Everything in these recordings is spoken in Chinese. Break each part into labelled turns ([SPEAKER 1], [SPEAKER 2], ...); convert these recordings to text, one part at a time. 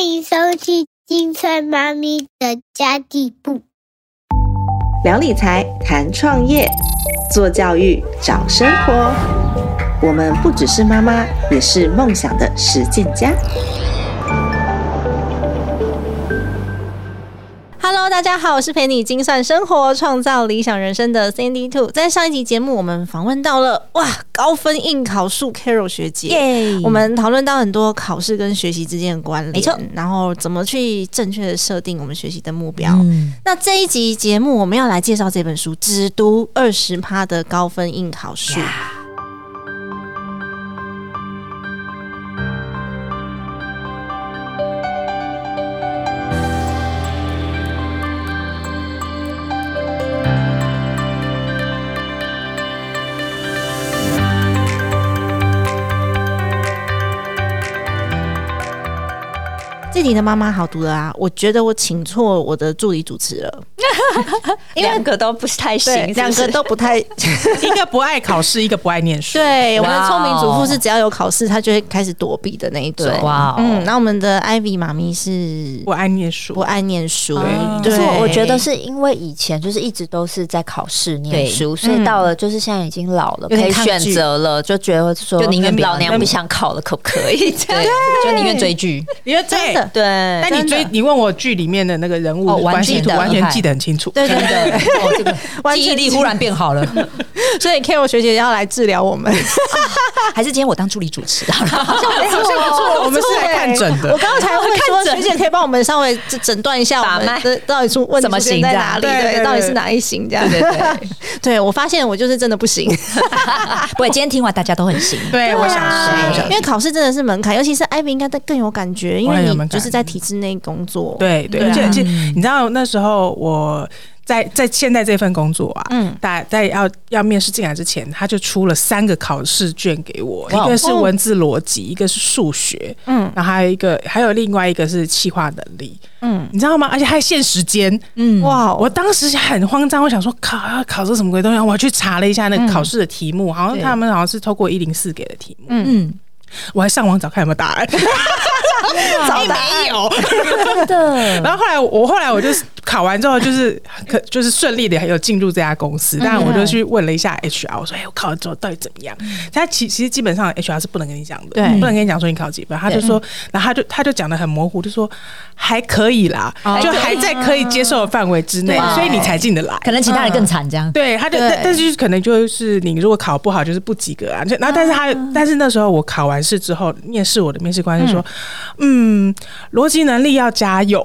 [SPEAKER 1] 迎收听金翠妈咪的家地部。
[SPEAKER 2] 聊理财、谈创业、做教育、找生活。我们不只是妈妈，也是梦想的实践家。
[SPEAKER 3] Hello，大家好，我是陪你精算生活、创造理想人生的 Sandy Two。在上一集节目，我们访问到了哇高分应考数 Carol 学姐，
[SPEAKER 4] 耶
[SPEAKER 3] 我们讨论到很多考试跟学习之间的关联，
[SPEAKER 4] 没错。
[SPEAKER 3] 然后怎么去正确的设定我们学习的目标。
[SPEAKER 4] 嗯，
[SPEAKER 3] 那这一集节目我们要来介绍这本书《只读二十趴的高分应考术》。这题的妈妈好读的啊！我觉得我请错我的助理主持了，
[SPEAKER 4] 因为两个都不是太行，
[SPEAKER 3] 两个都不 太
[SPEAKER 5] 一个不爱考试，一个不爱念书。
[SPEAKER 3] 对。我们的
[SPEAKER 4] 哇哦
[SPEAKER 3] 聪明主妇是只要有考试，她就会开始躲避的那一种。
[SPEAKER 6] 哦
[SPEAKER 4] 哇
[SPEAKER 3] 嗯，那我们的 Ivy 妈咪是嗯
[SPEAKER 5] 不爱念书
[SPEAKER 3] 不。爱念书，
[SPEAKER 4] 可
[SPEAKER 3] 对
[SPEAKER 4] 是我我觉得是因为以前就是一直都是在考试念书，所以到了就是现在已经老了，
[SPEAKER 3] 有
[SPEAKER 4] 可
[SPEAKER 3] 点
[SPEAKER 4] 以
[SPEAKER 3] 抗拒
[SPEAKER 4] 选择了，就觉得说
[SPEAKER 6] 就宁 哎愿不要
[SPEAKER 4] 老娘不想考了，可不可以？这样
[SPEAKER 6] 对，就宁愿追剧。
[SPEAKER 5] 因为真
[SPEAKER 3] 的，
[SPEAKER 6] 对，
[SPEAKER 5] 但
[SPEAKER 3] 真
[SPEAKER 5] 你
[SPEAKER 3] 的
[SPEAKER 5] 追你问我剧里面的那个人物
[SPEAKER 6] 哦完
[SPEAKER 5] 关系
[SPEAKER 6] 记
[SPEAKER 5] 图，
[SPEAKER 6] 得
[SPEAKER 5] 完
[SPEAKER 6] 厉
[SPEAKER 5] 全
[SPEAKER 6] 害
[SPEAKER 5] 记得很清楚。
[SPEAKER 3] 嗯对对
[SPEAKER 6] 真的，哦，这个
[SPEAKER 3] 完
[SPEAKER 6] 记
[SPEAKER 3] 全
[SPEAKER 6] 忆力忽然变好了。
[SPEAKER 3] 所以 Carol 学姐要来治疗我们。
[SPEAKER 6] 还是今天我当助理主持好了。
[SPEAKER 3] 好像不哎
[SPEAKER 5] 我们是来看诊的
[SPEAKER 3] 哦我刚才问说，
[SPEAKER 6] 看诊
[SPEAKER 3] 学姐可以帮我们稍微诊诊断一下我
[SPEAKER 6] 把
[SPEAKER 3] 们
[SPEAKER 6] 脉
[SPEAKER 3] 这到底出问题
[SPEAKER 6] 怎么
[SPEAKER 3] 出现
[SPEAKER 6] 行
[SPEAKER 3] 在
[SPEAKER 6] 这
[SPEAKER 3] 哪
[SPEAKER 6] 样
[SPEAKER 3] 里？
[SPEAKER 5] 对对
[SPEAKER 3] 对，
[SPEAKER 5] 对
[SPEAKER 3] 到底是哪一型这样？
[SPEAKER 6] 对对，
[SPEAKER 3] 对我发现我就是真的不行，
[SPEAKER 6] 不过今天听完大家都很行。
[SPEAKER 5] 对，我想
[SPEAKER 3] 啊
[SPEAKER 5] 是，我想
[SPEAKER 3] 因为考试真的是门槛，尤其是艾比应该更有感觉，因
[SPEAKER 5] 我很
[SPEAKER 3] 为
[SPEAKER 5] 有
[SPEAKER 3] 你
[SPEAKER 5] 门
[SPEAKER 3] 就
[SPEAKER 5] 槛
[SPEAKER 3] 是在体制内工作。
[SPEAKER 5] 对对，
[SPEAKER 3] 对
[SPEAKER 5] 而
[SPEAKER 3] 啊
[SPEAKER 5] 且其实你知道那时候我在在现在这份工作啊，
[SPEAKER 3] 嗯
[SPEAKER 5] 嗯，在在要要面试进来之前，他就出了三个考试卷给我，
[SPEAKER 6] 哇
[SPEAKER 5] 一个是文字逻辑，一个是数学，
[SPEAKER 3] 哦嗯
[SPEAKER 5] 嗯，然后还有一个还有另外一个是企划能力，
[SPEAKER 3] 嗯
[SPEAKER 5] 嗯，你知道吗？而且还限时间，
[SPEAKER 6] 嗯，
[SPEAKER 3] 哇，哦
[SPEAKER 5] 我当时很慌张，我想说考要考这什么鬼东西？我去查了一下那个考试的题目，好像他们好像是透过一零四给的题目，
[SPEAKER 6] 嗯，
[SPEAKER 5] 我还上网找看有没有答案，
[SPEAKER 3] 找答
[SPEAKER 5] 没有。
[SPEAKER 4] 真的，
[SPEAKER 5] 然后后来我后来我就是考完之后就是可就是顺利的有进入这家公
[SPEAKER 4] 嗯
[SPEAKER 5] 司，但我就去问了一下 HR，我说：“哎、我考了之后到底怎么样？”
[SPEAKER 4] 嗯
[SPEAKER 5] 他其其实基本上 HR 是不能跟你讲的，
[SPEAKER 3] 对
[SPEAKER 5] 不能跟你讲说你考几分，他就说，然后他就他就讲的很模糊，就说还可以啦，就还在可以接受的范围之内，
[SPEAKER 6] 对
[SPEAKER 5] 所以你才进得来。
[SPEAKER 6] 可能其他人更惨这 样。
[SPEAKER 5] 对，他就
[SPEAKER 3] 对
[SPEAKER 5] 但但是就是可能就是你如果考不好就是不及格啊，就然后但是他、但是那时候我考完试之后，面试我的面试官就说，嗯，逻辑能力要加油，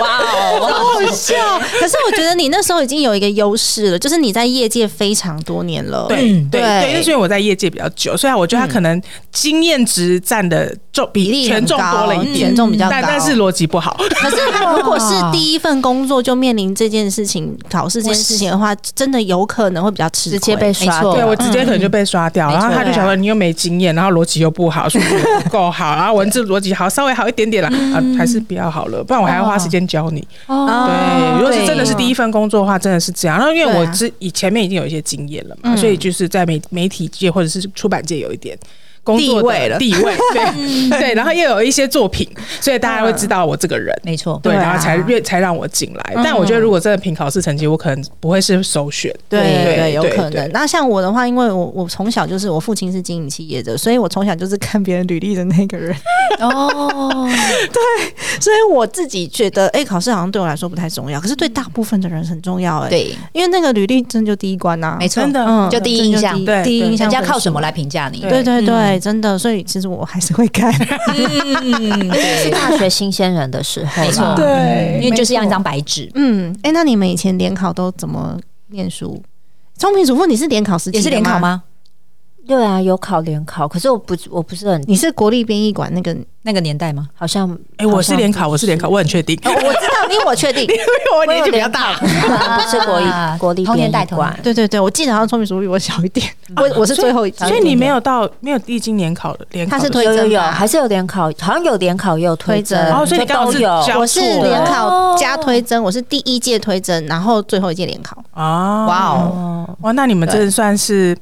[SPEAKER 6] 哇哦，我老
[SPEAKER 3] 好笑！可是我觉得你那时候已经有一个优势了，就是你在业界非常多年了。
[SPEAKER 5] 对
[SPEAKER 6] 嗯
[SPEAKER 5] 对
[SPEAKER 3] 对嗯
[SPEAKER 5] 对，就是因为我在业界比较久，虽然我觉得他可能经验值占的重
[SPEAKER 3] 比例
[SPEAKER 5] 比权
[SPEAKER 3] 很
[SPEAKER 5] 重
[SPEAKER 3] 高嗯
[SPEAKER 5] 多了一点，
[SPEAKER 3] 权重比较
[SPEAKER 5] 但
[SPEAKER 3] 高
[SPEAKER 5] 但是逻辑不好，
[SPEAKER 3] 可是如果是第一份工作就面临这件事情、考试这件事情的话，真的有可能会比较吃亏。
[SPEAKER 4] 直接被刷
[SPEAKER 6] 没
[SPEAKER 3] 哦
[SPEAKER 6] 错
[SPEAKER 5] 对
[SPEAKER 4] 掉
[SPEAKER 5] 我。直接可能
[SPEAKER 3] 嗯
[SPEAKER 5] 就被刷掉，然后他就想说你又没经验，然后逻辑又不好，数学又不够好，然后文字逻辑好稍微好一点点啦，
[SPEAKER 3] 嗯
[SPEAKER 5] 啊，还是不要好了，不然我还要花时间教你。哦对，如果是真的是第一份工作的话，真的是这样。然后因为我
[SPEAKER 3] 哦对啊嗯
[SPEAKER 5] 之以前面已经有一些经验了嘛，所以就是在媒媒体界或者是出版界有一点。工作
[SPEAKER 3] 地
[SPEAKER 5] 的
[SPEAKER 3] 位嗯了
[SPEAKER 5] 地位 对 对，然后又有一些作品，所以大家会知道我这个人，
[SPEAKER 6] 没错，
[SPEAKER 5] 对，
[SPEAKER 3] 对啊
[SPEAKER 5] 然后才越才让我进来。
[SPEAKER 3] 嗯
[SPEAKER 5] 但我觉得如果真的凭考试成绩，我可能不会是首选。
[SPEAKER 3] 对对
[SPEAKER 5] 对
[SPEAKER 3] 有
[SPEAKER 5] 对
[SPEAKER 3] 可
[SPEAKER 5] 对
[SPEAKER 3] 能。那像我的话，因为我我从小就是我父亲是经营企业的，所以我从小就是看别人履历的那个人，
[SPEAKER 4] 哦，
[SPEAKER 3] 所以我自己觉得，哎、考试好像对我来说不太重要，可是对大部分的人很重要、哎，，
[SPEAKER 6] 对，
[SPEAKER 3] 因为那个履历真的就第一关呐、
[SPEAKER 6] 没错，
[SPEAKER 5] 真的
[SPEAKER 3] 嗯，
[SPEAKER 6] 就第一印象
[SPEAKER 3] 真的
[SPEAKER 5] 对
[SPEAKER 3] 第一第一印象，
[SPEAKER 6] 人家靠什么来？评价你？
[SPEAKER 3] 对嗯对对，真的，所以其实我还是会 看，
[SPEAKER 6] 嗯，对，
[SPEAKER 4] 是大学新鲜人的时候啦，
[SPEAKER 6] 没错，
[SPEAKER 5] 啊对
[SPEAKER 6] 因为就是要一张白纸，
[SPEAKER 3] 嗯，哎、那你们以前联考都怎么念书？聪明主妇，你是联考时期
[SPEAKER 6] 也是
[SPEAKER 3] 的
[SPEAKER 6] 联考？吗？
[SPEAKER 4] 对啊，有考联考，可是我不我不是很
[SPEAKER 3] 你是国立编译馆那个？
[SPEAKER 6] 那个年代吗？
[SPEAKER 4] 好像，
[SPEAKER 5] 哎，我是联考，我是联考，我很确定，
[SPEAKER 3] 哦，我知道，因为我 确定。
[SPEAKER 5] 因 为我年纪比较大。
[SPEAKER 4] 不是国立
[SPEAKER 6] 啊
[SPEAKER 4] 国立
[SPEAKER 6] 同年
[SPEAKER 4] 编译
[SPEAKER 6] 代同年
[SPEAKER 4] 馆
[SPEAKER 6] 代
[SPEAKER 3] 对对对，我记得好像聪明主妇比我小一点，我我是最后一，
[SPEAKER 5] 所以你没有到没有历经年考的联考
[SPEAKER 3] 他
[SPEAKER 5] 的，
[SPEAKER 3] 是推
[SPEAKER 4] 有有
[SPEAKER 3] 甄
[SPEAKER 4] 有，
[SPEAKER 3] 吧
[SPEAKER 4] 还是有联考，好像有联考也有推甄
[SPEAKER 3] 推甄，
[SPEAKER 5] 哦，所以你
[SPEAKER 4] 就
[SPEAKER 5] 刚好
[SPEAKER 4] 都
[SPEAKER 5] 是
[SPEAKER 4] 有。
[SPEAKER 5] 交
[SPEAKER 3] 我是
[SPEAKER 5] 错
[SPEAKER 3] 联考
[SPEAKER 4] 哦
[SPEAKER 3] 加推甄，我是第一届推甄，然后最后一届联考。
[SPEAKER 5] 啊，
[SPEAKER 3] 哇哦，
[SPEAKER 5] 哇，那你们真的算是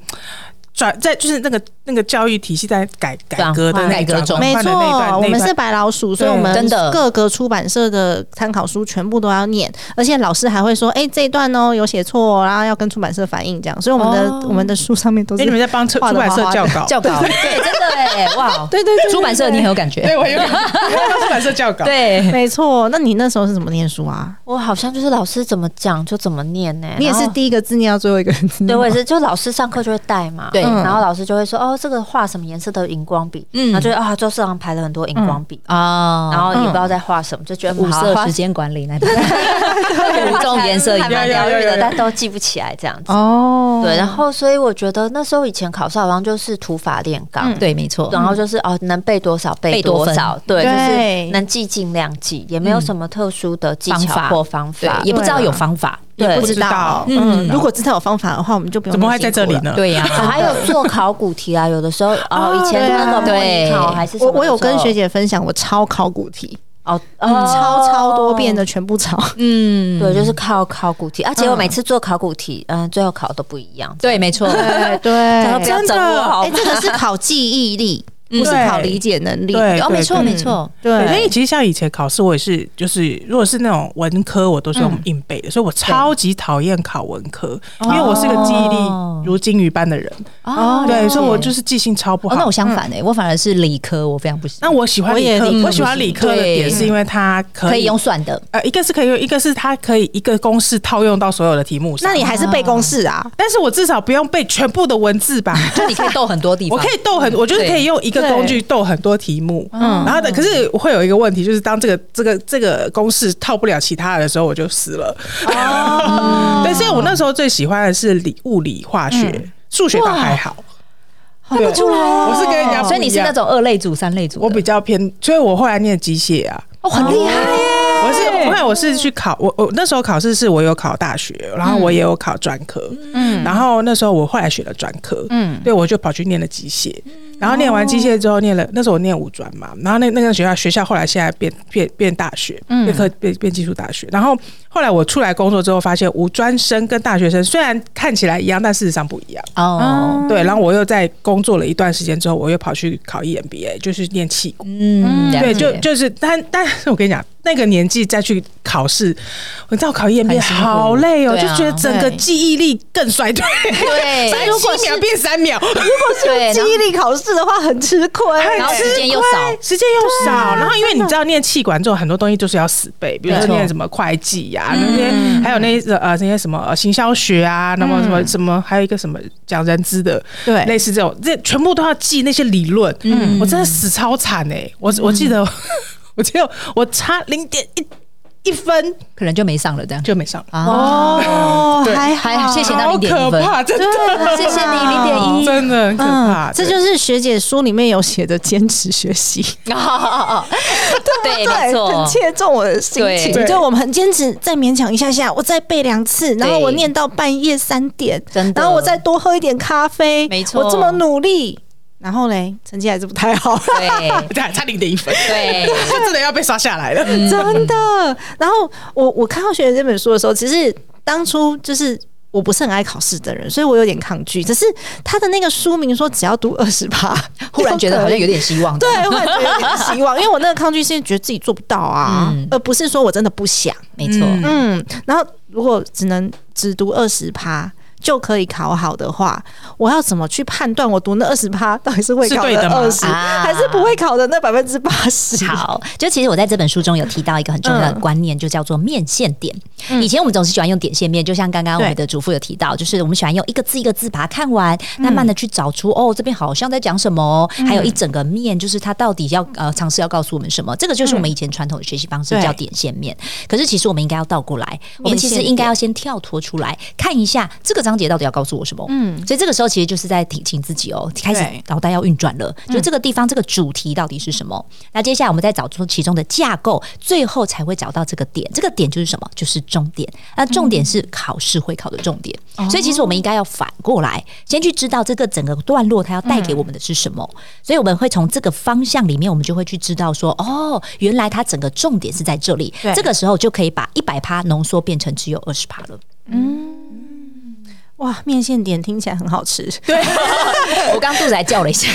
[SPEAKER 5] 转在就是那个那个教育体系在改改
[SPEAKER 6] 转
[SPEAKER 5] 革的
[SPEAKER 6] 换
[SPEAKER 5] 那
[SPEAKER 6] 改革
[SPEAKER 5] 转
[SPEAKER 6] 中
[SPEAKER 5] 换
[SPEAKER 3] 没
[SPEAKER 5] 的
[SPEAKER 3] 错
[SPEAKER 5] 那一段，，
[SPEAKER 3] 我
[SPEAKER 5] 那一
[SPEAKER 3] 们
[SPEAKER 5] 段
[SPEAKER 3] 是白老鼠，所以
[SPEAKER 5] 对
[SPEAKER 3] 我们
[SPEAKER 6] 真的
[SPEAKER 3] 各个出版社的参考书全部都要念，而且老师还会说，哎、这一段哦有写错哦，然后要跟出版社反映这样，所以我们的、
[SPEAKER 6] 哦
[SPEAKER 3] 我们的书上面都
[SPEAKER 5] 哎、
[SPEAKER 3] 是
[SPEAKER 5] 你们在帮出
[SPEAKER 3] 画
[SPEAKER 5] 出
[SPEAKER 3] 得
[SPEAKER 5] 版社
[SPEAKER 3] 花花
[SPEAKER 5] 校
[SPEAKER 3] 的
[SPEAKER 5] 稿，
[SPEAKER 6] 教稿，对，真的哎，哇，对对对，出版社你很有感觉，
[SPEAKER 5] 对 我有点帮 出版社校稿，
[SPEAKER 6] 对，
[SPEAKER 3] 没错。那你那时候是怎么念书啊？
[SPEAKER 4] 我好像就是老师怎么讲就怎么念呢、
[SPEAKER 3] 你也
[SPEAKER 4] 然
[SPEAKER 3] 是
[SPEAKER 4] 后
[SPEAKER 3] 第一个字念到最后一个字吗，
[SPEAKER 4] 对，我也是，就老师上课就会带嘛，嗯
[SPEAKER 6] 对
[SPEAKER 4] 然后老师就会说，哦，这个画什么颜色的荧光笔，
[SPEAKER 6] 嗯
[SPEAKER 4] 然后就啊，桌上排了很多荧光笔，
[SPEAKER 6] 啊，
[SPEAKER 4] 然后也不知道在画什么，就觉得嗯
[SPEAKER 6] 五
[SPEAKER 4] 好
[SPEAKER 6] 色
[SPEAKER 4] 画
[SPEAKER 6] 时间管理那 种，五种颜色
[SPEAKER 4] 还
[SPEAKER 6] 一
[SPEAKER 4] 蛮
[SPEAKER 6] 样，
[SPEAKER 4] 疗愈
[SPEAKER 5] 有有有
[SPEAKER 4] 的，
[SPEAKER 5] 有
[SPEAKER 4] 但都记不起来这样子。
[SPEAKER 3] 哦，
[SPEAKER 4] 对，然后所以我觉得那时候以前考试好像就是土法炼钢，
[SPEAKER 6] 对，没错，
[SPEAKER 4] 然后就是哦，能背多少
[SPEAKER 6] 嗯
[SPEAKER 4] 背
[SPEAKER 6] 背多
[SPEAKER 4] 多
[SPEAKER 6] 分
[SPEAKER 4] 少，
[SPEAKER 3] 对
[SPEAKER 4] 对，就是能记尽量记，也没有什么特殊的技
[SPEAKER 6] 方法
[SPEAKER 4] 巧或方
[SPEAKER 6] 对
[SPEAKER 4] 法，，
[SPEAKER 6] 也不知道
[SPEAKER 3] 对啊
[SPEAKER 6] 有方法，
[SPEAKER 4] 对
[SPEAKER 3] 不知道，
[SPEAKER 6] 不知道
[SPEAKER 3] 嗯，
[SPEAKER 6] 嗯
[SPEAKER 3] 如果知道有方法的话，我们就不用
[SPEAKER 5] 怎么会
[SPEAKER 3] 那
[SPEAKER 5] 在
[SPEAKER 3] 么
[SPEAKER 5] 这
[SPEAKER 3] 辛苦
[SPEAKER 5] 里
[SPEAKER 3] 了？
[SPEAKER 5] 呢？
[SPEAKER 6] 对呀，
[SPEAKER 4] 啊还有做考古题啊，有的时候哦，以前
[SPEAKER 3] 对啊
[SPEAKER 4] 那个模拟
[SPEAKER 6] 对
[SPEAKER 4] 考还是什
[SPEAKER 3] 我
[SPEAKER 4] 么的
[SPEAKER 3] 我有
[SPEAKER 4] 时候
[SPEAKER 3] 跟学姐分享，我超考古题，
[SPEAKER 4] 哦，哦
[SPEAKER 3] 超超多遍的全部抄。
[SPEAKER 6] 嗯，
[SPEAKER 4] 对，就是靠考古题，而且我每次做考古题，嗯，最后考都不一样。
[SPEAKER 6] 哎对，没错，
[SPEAKER 3] 对对，
[SPEAKER 4] 想说不要整我好
[SPEAKER 3] 哎、
[SPEAKER 4] 吗
[SPEAKER 3] 这个是考记忆力，
[SPEAKER 6] 嗯
[SPEAKER 3] 不是
[SPEAKER 5] 对
[SPEAKER 3] 考理解能力。
[SPEAKER 5] 对
[SPEAKER 6] 哦，
[SPEAKER 5] 哎对
[SPEAKER 6] 没错，
[SPEAKER 5] 对嗯
[SPEAKER 6] 没错，
[SPEAKER 5] 对，因为
[SPEAKER 3] 对，
[SPEAKER 5] 其实像以前考试，我也是，就是如果是那种文科，我都是
[SPEAKER 6] 嗯
[SPEAKER 5] 用硬背的，所以我超级讨厌考文科，因为我是个记忆力如金鱼般的人，
[SPEAKER 6] 哦
[SPEAKER 5] 对，所以我
[SPEAKER 6] 就。
[SPEAKER 5] 就是记性超不
[SPEAKER 6] 哦
[SPEAKER 5] 好。，
[SPEAKER 6] 那我相反哎、我反而是理科，我非常不行。
[SPEAKER 5] 嗯那我喜欢
[SPEAKER 6] 我
[SPEAKER 5] 理
[SPEAKER 6] 也
[SPEAKER 5] 科，
[SPEAKER 6] 理科
[SPEAKER 5] 我喜欢
[SPEAKER 6] 不行
[SPEAKER 5] 理科的
[SPEAKER 6] 对
[SPEAKER 5] 点是因为它可以
[SPEAKER 6] 可以用算的，
[SPEAKER 5] 呃，一个是可以用，一个是它可以一个公式套用到所有的题目上。
[SPEAKER 3] 那你还是背公式啊？
[SPEAKER 5] 但是我至少不用背全部的文字吧？
[SPEAKER 6] 就你可以斗很多地
[SPEAKER 5] 我
[SPEAKER 6] 方。
[SPEAKER 5] 可以斗很，我就是可以用一个工具斗很多题目。嗯，然后呢，可是会有一个问题，就是当这个这个这个公式套不了其他的的时候，我就死了。哦，对，所以我那时候最喜欢的是理物理化学，数学倒还好。看不出来，我是跟人家不一样，
[SPEAKER 6] 哦所以你是那种二类组、三类组的，
[SPEAKER 5] 我比较偏，所以我后来念机械啊。
[SPEAKER 6] 哦
[SPEAKER 5] 哦
[SPEAKER 6] 很厉害耶，
[SPEAKER 5] 我是我看我是去考我我那时候考试是我有考大学，然后
[SPEAKER 6] 嗯
[SPEAKER 5] 我也有考专科，嗯，然后那时候我后来选了专科，嗯，对我就跑去念了机械，
[SPEAKER 6] 嗯
[SPEAKER 5] 然后念完机械之后念了那时候我念五专嘛，然后那那个学校学校后来现在变变变大学，
[SPEAKER 6] 嗯
[SPEAKER 5] 变科变变技术大学，然后后来我出来工作之后发现五专生跟大学生虽然看起来一样，但事实上不一样，
[SPEAKER 6] 哦，
[SPEAKER 5] 对，然后我又在工作了一段时间之后，我又跑去考 E EMBA，就是念气管。
[SPEAKER 6] 嗯，了
[SPEAKER 5] 对，
[SPEAKER 6] 解
[SPEAKER 5] 就就是，但但是我跟你讲，那个年纪再去考试，我知道考 EMBA
[SPEAKER 6] 很辛苦
[SPEAKER 5] 好累哦，
[SPEAKER 6] 对
[SPEAKER 5] 就
[SPEAKER 6] 啊
[SPEAKER 5] 觉得整个
[SPEAKER 3] 对
[SPEAKER 5] 记忆力更衰退，
[SPEAKER 6] 对，
[SPEAKER 5] 三七秒变三秒，
[SPEAKER 6] 对，
[SPEAKER 3] 记
[SPEAKER 6] 然后
[SPEAKER 3] 忆力考试的话很吃亏。
[SPEAKER 6] 然后时间又少，
[SPEAKER 5] 时间又少，然后因为你知道念气管这种很多东西就是要死背，比如说
[SPEAKER 6] 啊没错嗯
[SPEAKER 5] 念什么会计呀、那些还有那些呃那些什么呃行销学啊，那么什么什么，还有一个什么讲人资的，
[SPEAKER 3] 对
[SPEAKER 5] 类似这种，这全部都要记那些理论。嗯，我真的死超惨哎、我
[SPEAKER 6] 嗯
[SPEAKER 5] 我记得 我只有我差零点一一分
[SPEAKER 6] 可能就没上了这样。
[SPEAKER 5] 就没上了，
[SPEAKER 3] 哦，还
[SPEAKER 6] 还哎好谢谢那
[SPEAKER 5] 好
[SPEAKER 6] 啊零点
[SPEAKER 5] 可
[SPEAKER 6] 一分，
[SPEAKER 5] 怕，真的，
[SPEAKER 6] 谢谢你零点一。
[SPEAKER 5] 真的很可
[SPEAKER 6] 嗯
[SPEAKER 5] 怕，
[SPEAKER 3] 嗯这就是学姐书里面有写的坚持学习，
[SPEAKER 6] 哦哦哦， 对，没
[SPEAKER 3] 很
[SPEAKER 6] 错，
[SPEAKER 3] 切中我的心情。
[SPEAKER 5] 对
[SPEAKER 3] 就我们很坚持，再勉强一下下，我再背两次，然后
[SPEAKER 6] 对
[SPEAKER 3] 我念到半夜三点，
[SPEAKER 6] 真的
[SPEAKER 3] 然后我再多喝一点咖啡，
[SPEAKER 6] 没错
[SPEAKER 3] 我这么努力，然后嘞，成绩还是不太好。
[SPEAKER 6] 对
[SPEAKER 5] 对，差零点一分，
[SPEAKER 6] 对，
[SPEAKER 5] 就真的要被刷下来了。
[SPEAKER 6] 嗯
[SPEAKER 3] 真的。然后我我看到学姐这本书的时候，其实当初就是。我不是很爱考试的人，所以我有点抗拒。只是他的那个书名说只要读二 十趴，
[SPEAKER 6] 忽然觉得好像有点希望。
[SPEAKER 3] 对，忽然觉得有点希望，因为我那个抗拒是觉得自己做不到啊，
[SPEAKER 6] 嗯
[SPEAKER 3] 而不是说我真的不想。
[SPEAKER 6] 没错，
[SPEAKER 3] 嗯，然后如果只能只读二十趴就可以考好的话，我要怎么去判断我读那二十趴到底是会
[SPEAKER 5] 是
[SPEAKER 3] 考
[SPEAKER 5] 对的吗
[SPEAKER 3] 二十，
[SPEAKER 6] 啊
[SPEAKER 3] 还是不会考的那百分之八十？
[SPEAKER 6] 好，就其实我在这本书中有提到一个很重要的观念，就叫做面线点。以前我们总是喜欢用点线面，就像刚刚我们的主妇有提到，就是我们喜欢用一个字一个字把它看完，慢慢的去找出哦，这边好像在讲什么哦，还有一整个面，就是它到底要呃尝试要告诉我们什么。这个就是我们以前传统的学习方式
[SPEAKER 3] 对
[SPEAKER 6] 叫点线面。可是其实我们应该要倒过来，我们其实
[SPEAKER 3] 线
[SPEAKER 6] 应该要先跳脱出来，看一下这个章节到底要告诉我什么。嗯，所以这个时候其实就是在提醒自己哦，开始
[SPEAKER 3] 对嗯
[SPEAKER 6] 脑袋要运转了，就这个地方这个主题到底是什么？那接下来我们再找出其中的架构，最后才会找到这个点。这个点就是什么？就是重点。那重点是考试会考的重点，
[SPEAKER 3] 嗯哦
[SPEAKER 6] 所以其实我们应该要反过来，先去知道这个整个段落它要带
[SPEAKER 3] 嗯
[SPEAKER 6] 给我们的是什么。所以我们会从这个方向里面，我们就会去知道说，哦，原来它整个重点是在这里
[SPEAKER 3] 对。
[SPEAKER 6] 这个时候就可以把一百趴浓缩变成只有二十趴了。
[SPEAKER 3] 哇，面线点听起来很好吃。
[SPEAKER 5] 对，
[SPEAKER 6] 我刚肚子还叫了一下，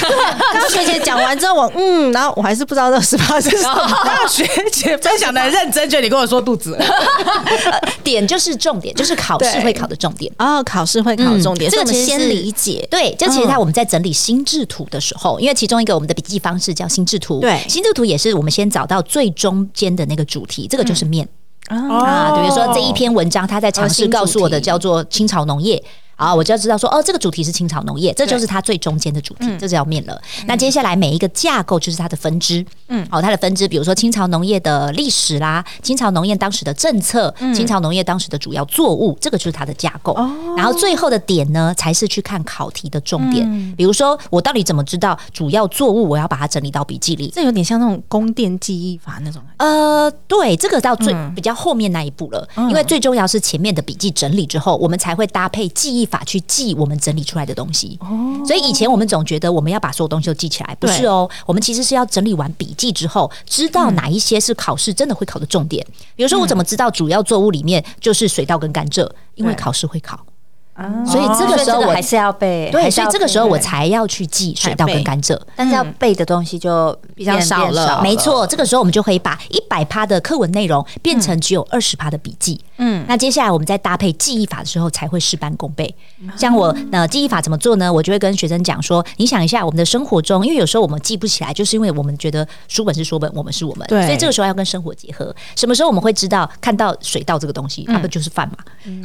[SPEAKER 3] 刚学姐讲完之后，我嗯，然后我还是不知道二十八是什么。
[SPEAKER 5] 那学姐分享的很认真，就你跟我说肚子饿，
[SPEAKER 6] 点就是重点，就是考试
[SPEAKER 3] 对
[SPEAKER 6] 会考的重点。
[SPEAKER 3] 哦，考试会考重点，
[SPEAKER 6] 嗯这
[SPEAKER 3] 所以
[SPEAKER 6] 个
[SPEAKER 3] 我们
[SPEAKER 6] 其实
[SPEAKER 3] 先
[SPEAKER 6] 是
[SPEAKER 3] 理解。
[SPEAKER 6] 对，就其实它我们在整理心智图的时候，因为其中一个我们的笔记方式叫心智图，
[SPEAKER 3] 对
[SPEAKER 6] 心智图也是我们先找到最中间的那个主题，这个就是面、
[SPEAKER 5] 哦
[SPEAKER 6] 啊。比如说这一篇文章，它在尝
[SPEAKER 3] 哦
[SPEAKER 6] 试
[SPEAKER 3] 新主题
[SPEAKER 6] 告诉我的叫做清朝农业。啊，我就要知道说，哦，这个主题是清朝农业，这就是它最中间的主题，这叫面了。那接下来每一个架构就是它的分支，嗯，哦，它的分支，比如说清朝农业的历史啦，清朝农业当时的政策，清朝农业当时的主要作物，这个就是它的架构。然后最后的点呢，才是去看考题的重点。比如说，我到底怎么知道主要作物，我要把它整理到笔记里。
[SPEAKER 3] 这有点像那种宫殿记忆法那种感觉。
[SPEAKER 6] 呃，对，这个到最、
[SPEAKER 4] 嗯
[SPEAKER 6] 比较后面那一步了，因为最重要是前面的笔记整理之后，我们才会搭配记忆法去记我们整理出来的东西。
[SPEAKER 4] 哦
[SPEAKER 6] 所以以前我们总觉得我们要把所有东西都记起来，不是哦，我们其实是要整理完笔记之后，知道哪一些是考试真的会考的重点。
[SPEAKER 4] 嗯
[SPEAKER 6] 比如说，我怎么知道主要作物里面就是水稻跟甘蔗？因为考试会考。
[SPEAKER 3] 啊哎
[SPEAKER 6] 所以这个时候我
[SPEAKER 4] 还是要背，
[SPEAKER 6] 对，
[SPEAKER 4] 还是
[SPEAKER 6] 所以
[SPEAKER 4] 要
[SPEAKER 6] 这个时候我
[SPEAKER 4] 背，
[SPEAKER 6] 才要去记水稻跟甘蔗。
[SPEAKER 4] 但是要背的东西就比
[SPEAKER 3] 较少了
[SPEAKER 6] 没错，这个时候我们就可以把一百趴的课文内容变成只有二十趴的笔记。嗯，那接下来我们在搭配记忆法的时候，才会事半功倍。像我呃，记忆法怎么做呢？我就会跟学生讲说，你想一下我们的生活中，因为有时候我们记不起来，就是因为我们觉得书本是书本，我们是我们，
[SPEAKER 3] 对
[SPEAKER 6] 所以这个时候要跟生活结合。什么时候我们会知道看到水稻这个东西，啊那、不就是饭嘛？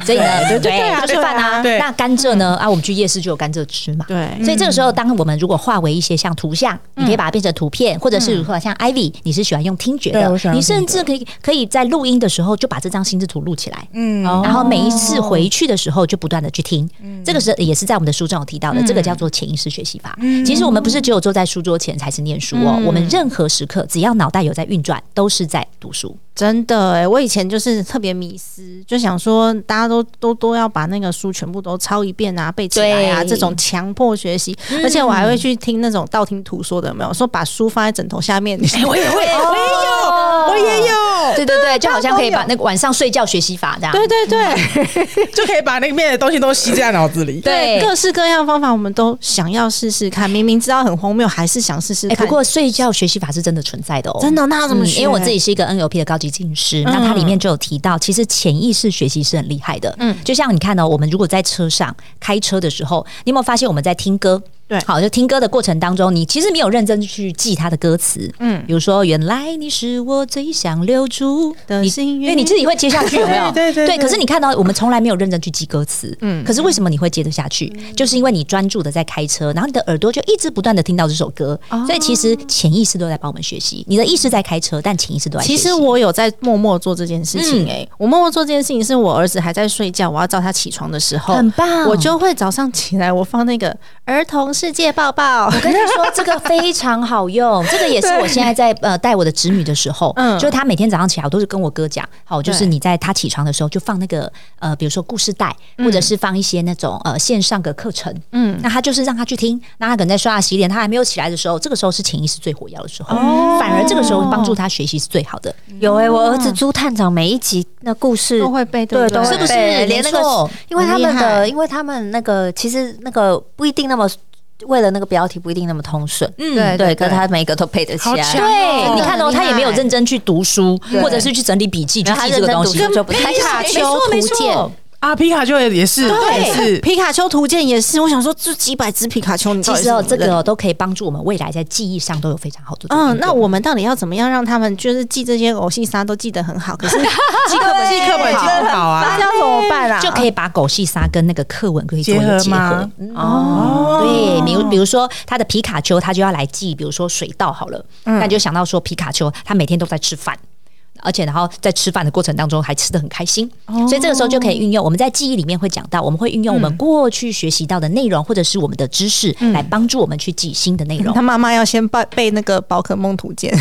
[SPEAKER 6] 所以呢，对
[SPEAKER 5] 对啊
[SPEAKER 6] 就是饭啊。
[SPEAKER 5] 对啊对
[SPEAKER 6] 那甘蔗呢？啊，我们去夜市就有甘蔗吃嘛。
[SPEAKER 3] 对
[SPEAKER 6] 所以这个时候，当我们如果化为一些像图像，你可以把它变成图片，或者是如果像 Ivy，你是喜欢用听觉
[SPEAKER 5] 对我喜
[SPEAKER 6] 的，
[SPEAKER 5] 欢
[SPEAKER 6] 你
[SPEAKER 5] 用听
[SPEAKER 6] 甚至可以可以在录音的时候就把这张心智图录起来。
[SPEAKER 5] 嗯，
[SPEAKER 6] 然后每一次回去的时候，就不断的去听，这个是也是在我们的书中有提到的，这个叫做潜意识学习法。其实我们不是只有坐在书桌前才是念书哦，我们任何时刻只要脑袋有在运转，都是在读书。
[SPEAKER 3] 真的哎、我以前就是特别迷失，就想说大家都都都要把那个书全部都抄一遍啊，背起来啊，
[SPEAKER 6] 对
[SPEAKER 3] 这种强迫学习，而且我还会去听那种道听途说的，有没有？说把书放在枕头下 面，哎哦我也会，我
[SPEAKER 5] 哦
[SPEAKER 6] 我也有，对对对，就好像可以把那个晚上睡觉学习法这样。
[SPEAKER 3] 对对对
[SPEAKER 5] 就可以把那面的东西都吸在脑子里。
[SPEAKER 6] 对
[SPEAKER 3] 各式各样的方法我们都想要试试看，明明知道很荒谬，还是想试试
[SPEAKER 6] 哎、
[SPEAKER 3] 看。
[SPEAKER 6] 不过睡觉学习法是真的存在的哦，
[SPEAKER 3] 真的，那要怎么
[SPEAKER 6] 嗯
[SPEAKER 3] 学？啊
[SPEAKER 6] 因为我自己是一个 NLP 的高级进师，那它里面就有提到，其实潜意识学习是很厉害的。嗯，就像你看哦，我们如果在车上开车的时候，你有没有发现我们在听歌？
[SPEAKER 3] 对
[SPEAKER 6] 好，就听歌的过程当中，你其实没有认真去记它的歌词。嗯，比如说“原来你是我最想留住
[SPEAKER 3] 的
[SPEAKER 6] 你
[SPEAKER 3] 幸运
[SPEAKER 6] 因为你自己会接下去，有没有？
[SPEAKER 5] 对对对
[SPEAKER 6] 可是你看到我们从来没有认真去记歌词，嗯，可是为什么你会接得下去？就是因为你专注的在开车，然后你的耳朵就一直不断的听到这首歌，所以其实潜意识都在帮我们学习。你的意识在开车，但潜意识都在学习。
[SPEAKER 3] 其实我有在默默做这件事情、欸，我默默做这件事情是我儿子还在睡觉，我要叫他起床的时候，
[SPEAKER 6] 很棒
[SPEAKER 3] 我就会早上起来，我放那个儿童世界抱抱，
[SPEAKER 6] 我跟你说，这个非常好用，这个也是我现在在呃带我的侄女的时候，
[SPEAKER 3] 嗯
[SPEAKER 6] 就是她每天早上起来，我都是跟我哥讲，好，就是
[SPEAKER 3] 对
[SPEAKER 6] 你在她起床的时候就放那个呃，比如说故事带，或者是放一些那种呃线上的课程，嗯，那她就是让她去听，那她可能在刷牙洗脸，她还没有起来的时候，这个时候是潜意识最火药的时候，
[SPEAKER 4] 哦
[SPEAKER 6] 反而这个时候帮助她学习是最好的，
[SPEAKER 4] 有哎、我儿子朱探长每一集那故
[SPEAKER 3] 嗯
[SPEAKER 4] 事
[SPEAKER 3] 都会背，对不
[SPEAKER 4] 对，
[SPEAKER 3] 对？
[SPEAKER 4] 都会
[SPEAKER 6] 是不是
[SPEAKER 4] 背
[SPEAKER 6] 没
[SPEAKER 4] 连那个
[SPEAKER 6] 错？
[SPEAKER 4] 因为他
[SPEAKER 3] 很
[SPEAKER 4] 们
[SPEAKER 3] 厉害
[SPEAKER 4] 的，因为他们那个其实那个不一定那么。为了那个标题不一定那么通顺，嗯
[SPEAKER 3] 对对
[SPEAKER 4] 对，可他每一个都背得起来，
[SPEAKER 6] 对，你看
[SPEAKER 3] 真的
[SPEAKER 6] 哦，
[SPEAKER 3] 很厉害
[SPEAKER 6] 她也没有认真去读书，
[SPEAKER 4] 对
[SPEAKER 6] 或者是去整理笔记去
[SPEAKER 4] 然后他
[SPEAKER 6] 记
[SPEAKER 4] 认
[SPEAKER 6] 这个东
[SPEAKER 4] 真读
[SPEAKER 6] 西，哎
[SPEAKER 4] 书就不太卡
[SPEAKER 6] 没错没错。
[SPEAKER 5] 啊，皮卡丘也是，也是，
[SPEAKER 3] 皮卡丘图鉴也是，我想说这几百只皮卡丘，你到
[SPEAKER 6] 其
[SPEAKER 3] 底
[SPEAKER 6] 实哦，
[SPEAKER 3] 是
[SPEAKER 6] 这
[SPEAKER 3] 怎么认
[SPEAKER 6] 个都可以帮助我们未来在记忆上都有非常好的作用。
[SPEAKER 3] 嗯，那我们到底要怎么样让他们就是记这些偶戏杀都记得很好？可 是记课本
[SPEAKER 5] 记课本记得好啊
[SPEAKER 3] 那要怎么办啊？
[SPEAKER 6] 就可以把狗戏沙跟那个课文可以做一个
[SPEAKER 5] 结合
[SPEAKER 6] 结合
[SPEAKER 5] 吗。
[SPEAKER 6] 嗯
[SPEAKER 5] 哦
[SPEAKER 6] 对，比如比如说他的皮卡丘，他就要来记，比如说水稻好了，
[SPEAKER 5] 嗯
[SPEAKER 6] 那你就想到说皮卡丘他每天都在吃饭。而且，然后在吃饭的过程当中还吃的很开心，
[SPEAKER 5] 哦
[SPEAKER 6] 所以这个时候就可以运用我们在记忆里面会讲到，我们会运用
[SPEAKER 5] 嗯
[SPEAKER 6] 我们过去学习到的内容或者是我们的知
[SPEAKER 5] 嗯
[SPEAKER 6] 识来帮助我们去记新的内容
[SPEAKER 3] 他。妈妈要先背背那个宝可梦图鉴，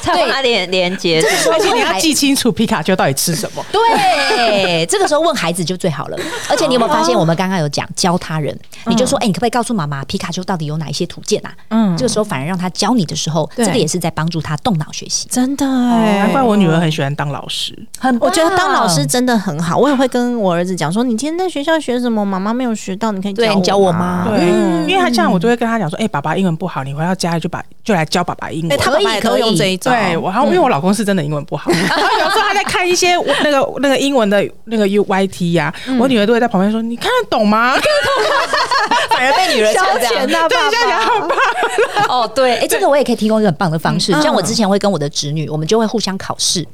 [SPEAKER 4] 才有办法连连接。
[SPEAKER 5] 而且你要记清楚皮卡丘到底吃什么。
[SPEAKER 6] 对，这个时候问孩子就最好了。而且你有没有发现，我们刚刚有讲教他人，
[SPEAKER 3] 嗯
[SPEAKER 6] 你就说，哎、你可不可以告诉妈妈皮卡丘到底有哪一些图鉴啊？嗯，这个时候反而让他教你的时候，
[SPEAKER 3] 对
[SPEAKER 6] 这个也是在帮助他动脑学习。
[SPEAKER 3] 真的哎、
[SPEAKER 5] 哦难怪我女儿很喜欢当老师，
[SPEAKER 6] 很
[SPEAKER 3] 我觉得当老师真的很好，我也会跟我儿子讲说，你今天在学校学什么，妈妈没有学到，你可以
[SPEAKER 6] 对你教我吗
[SPEAKER 5] 对，因为她这样，我就会跟她讲说，哎，爸爸英文不好，你回到家里就把就来教爸爸英
[SPEAKER 3] 哎、
[SPEAKER 5] 文。
[SPEAKER 3] 他
[SPEAKER 6] 可
[SPEAKER 3] 爸
[SPEAKER 6] 以
[SPEAKER 3] 爸也都
[SPEAKER 6] 可以
[SPEAKER 3] 用这一招，
[SPEAKER 5] 对，我
[SPEAKER 6] 嗯
[SPEAKER 5] 然后因为我老公是真的英文不 好，然后有时候他在看一些那个那个英文的那个 U Y T 呀，
[SPEAKER 6] 嗯
[SPEAKER 5] 我女儿都会在旁边说，你看得懂吗？
[SPEAKER 6] 反而被女人消遣呐、
[SPEAKER 5] 对，这样讲
[SPEAKER 6] 哦，对，哎，这个我也可以提供一个很棒的方式。
[SPEAKER 3] 嗯
[SPEAKER 6] 像我之前会跟我的侄女，我们就会互相考试。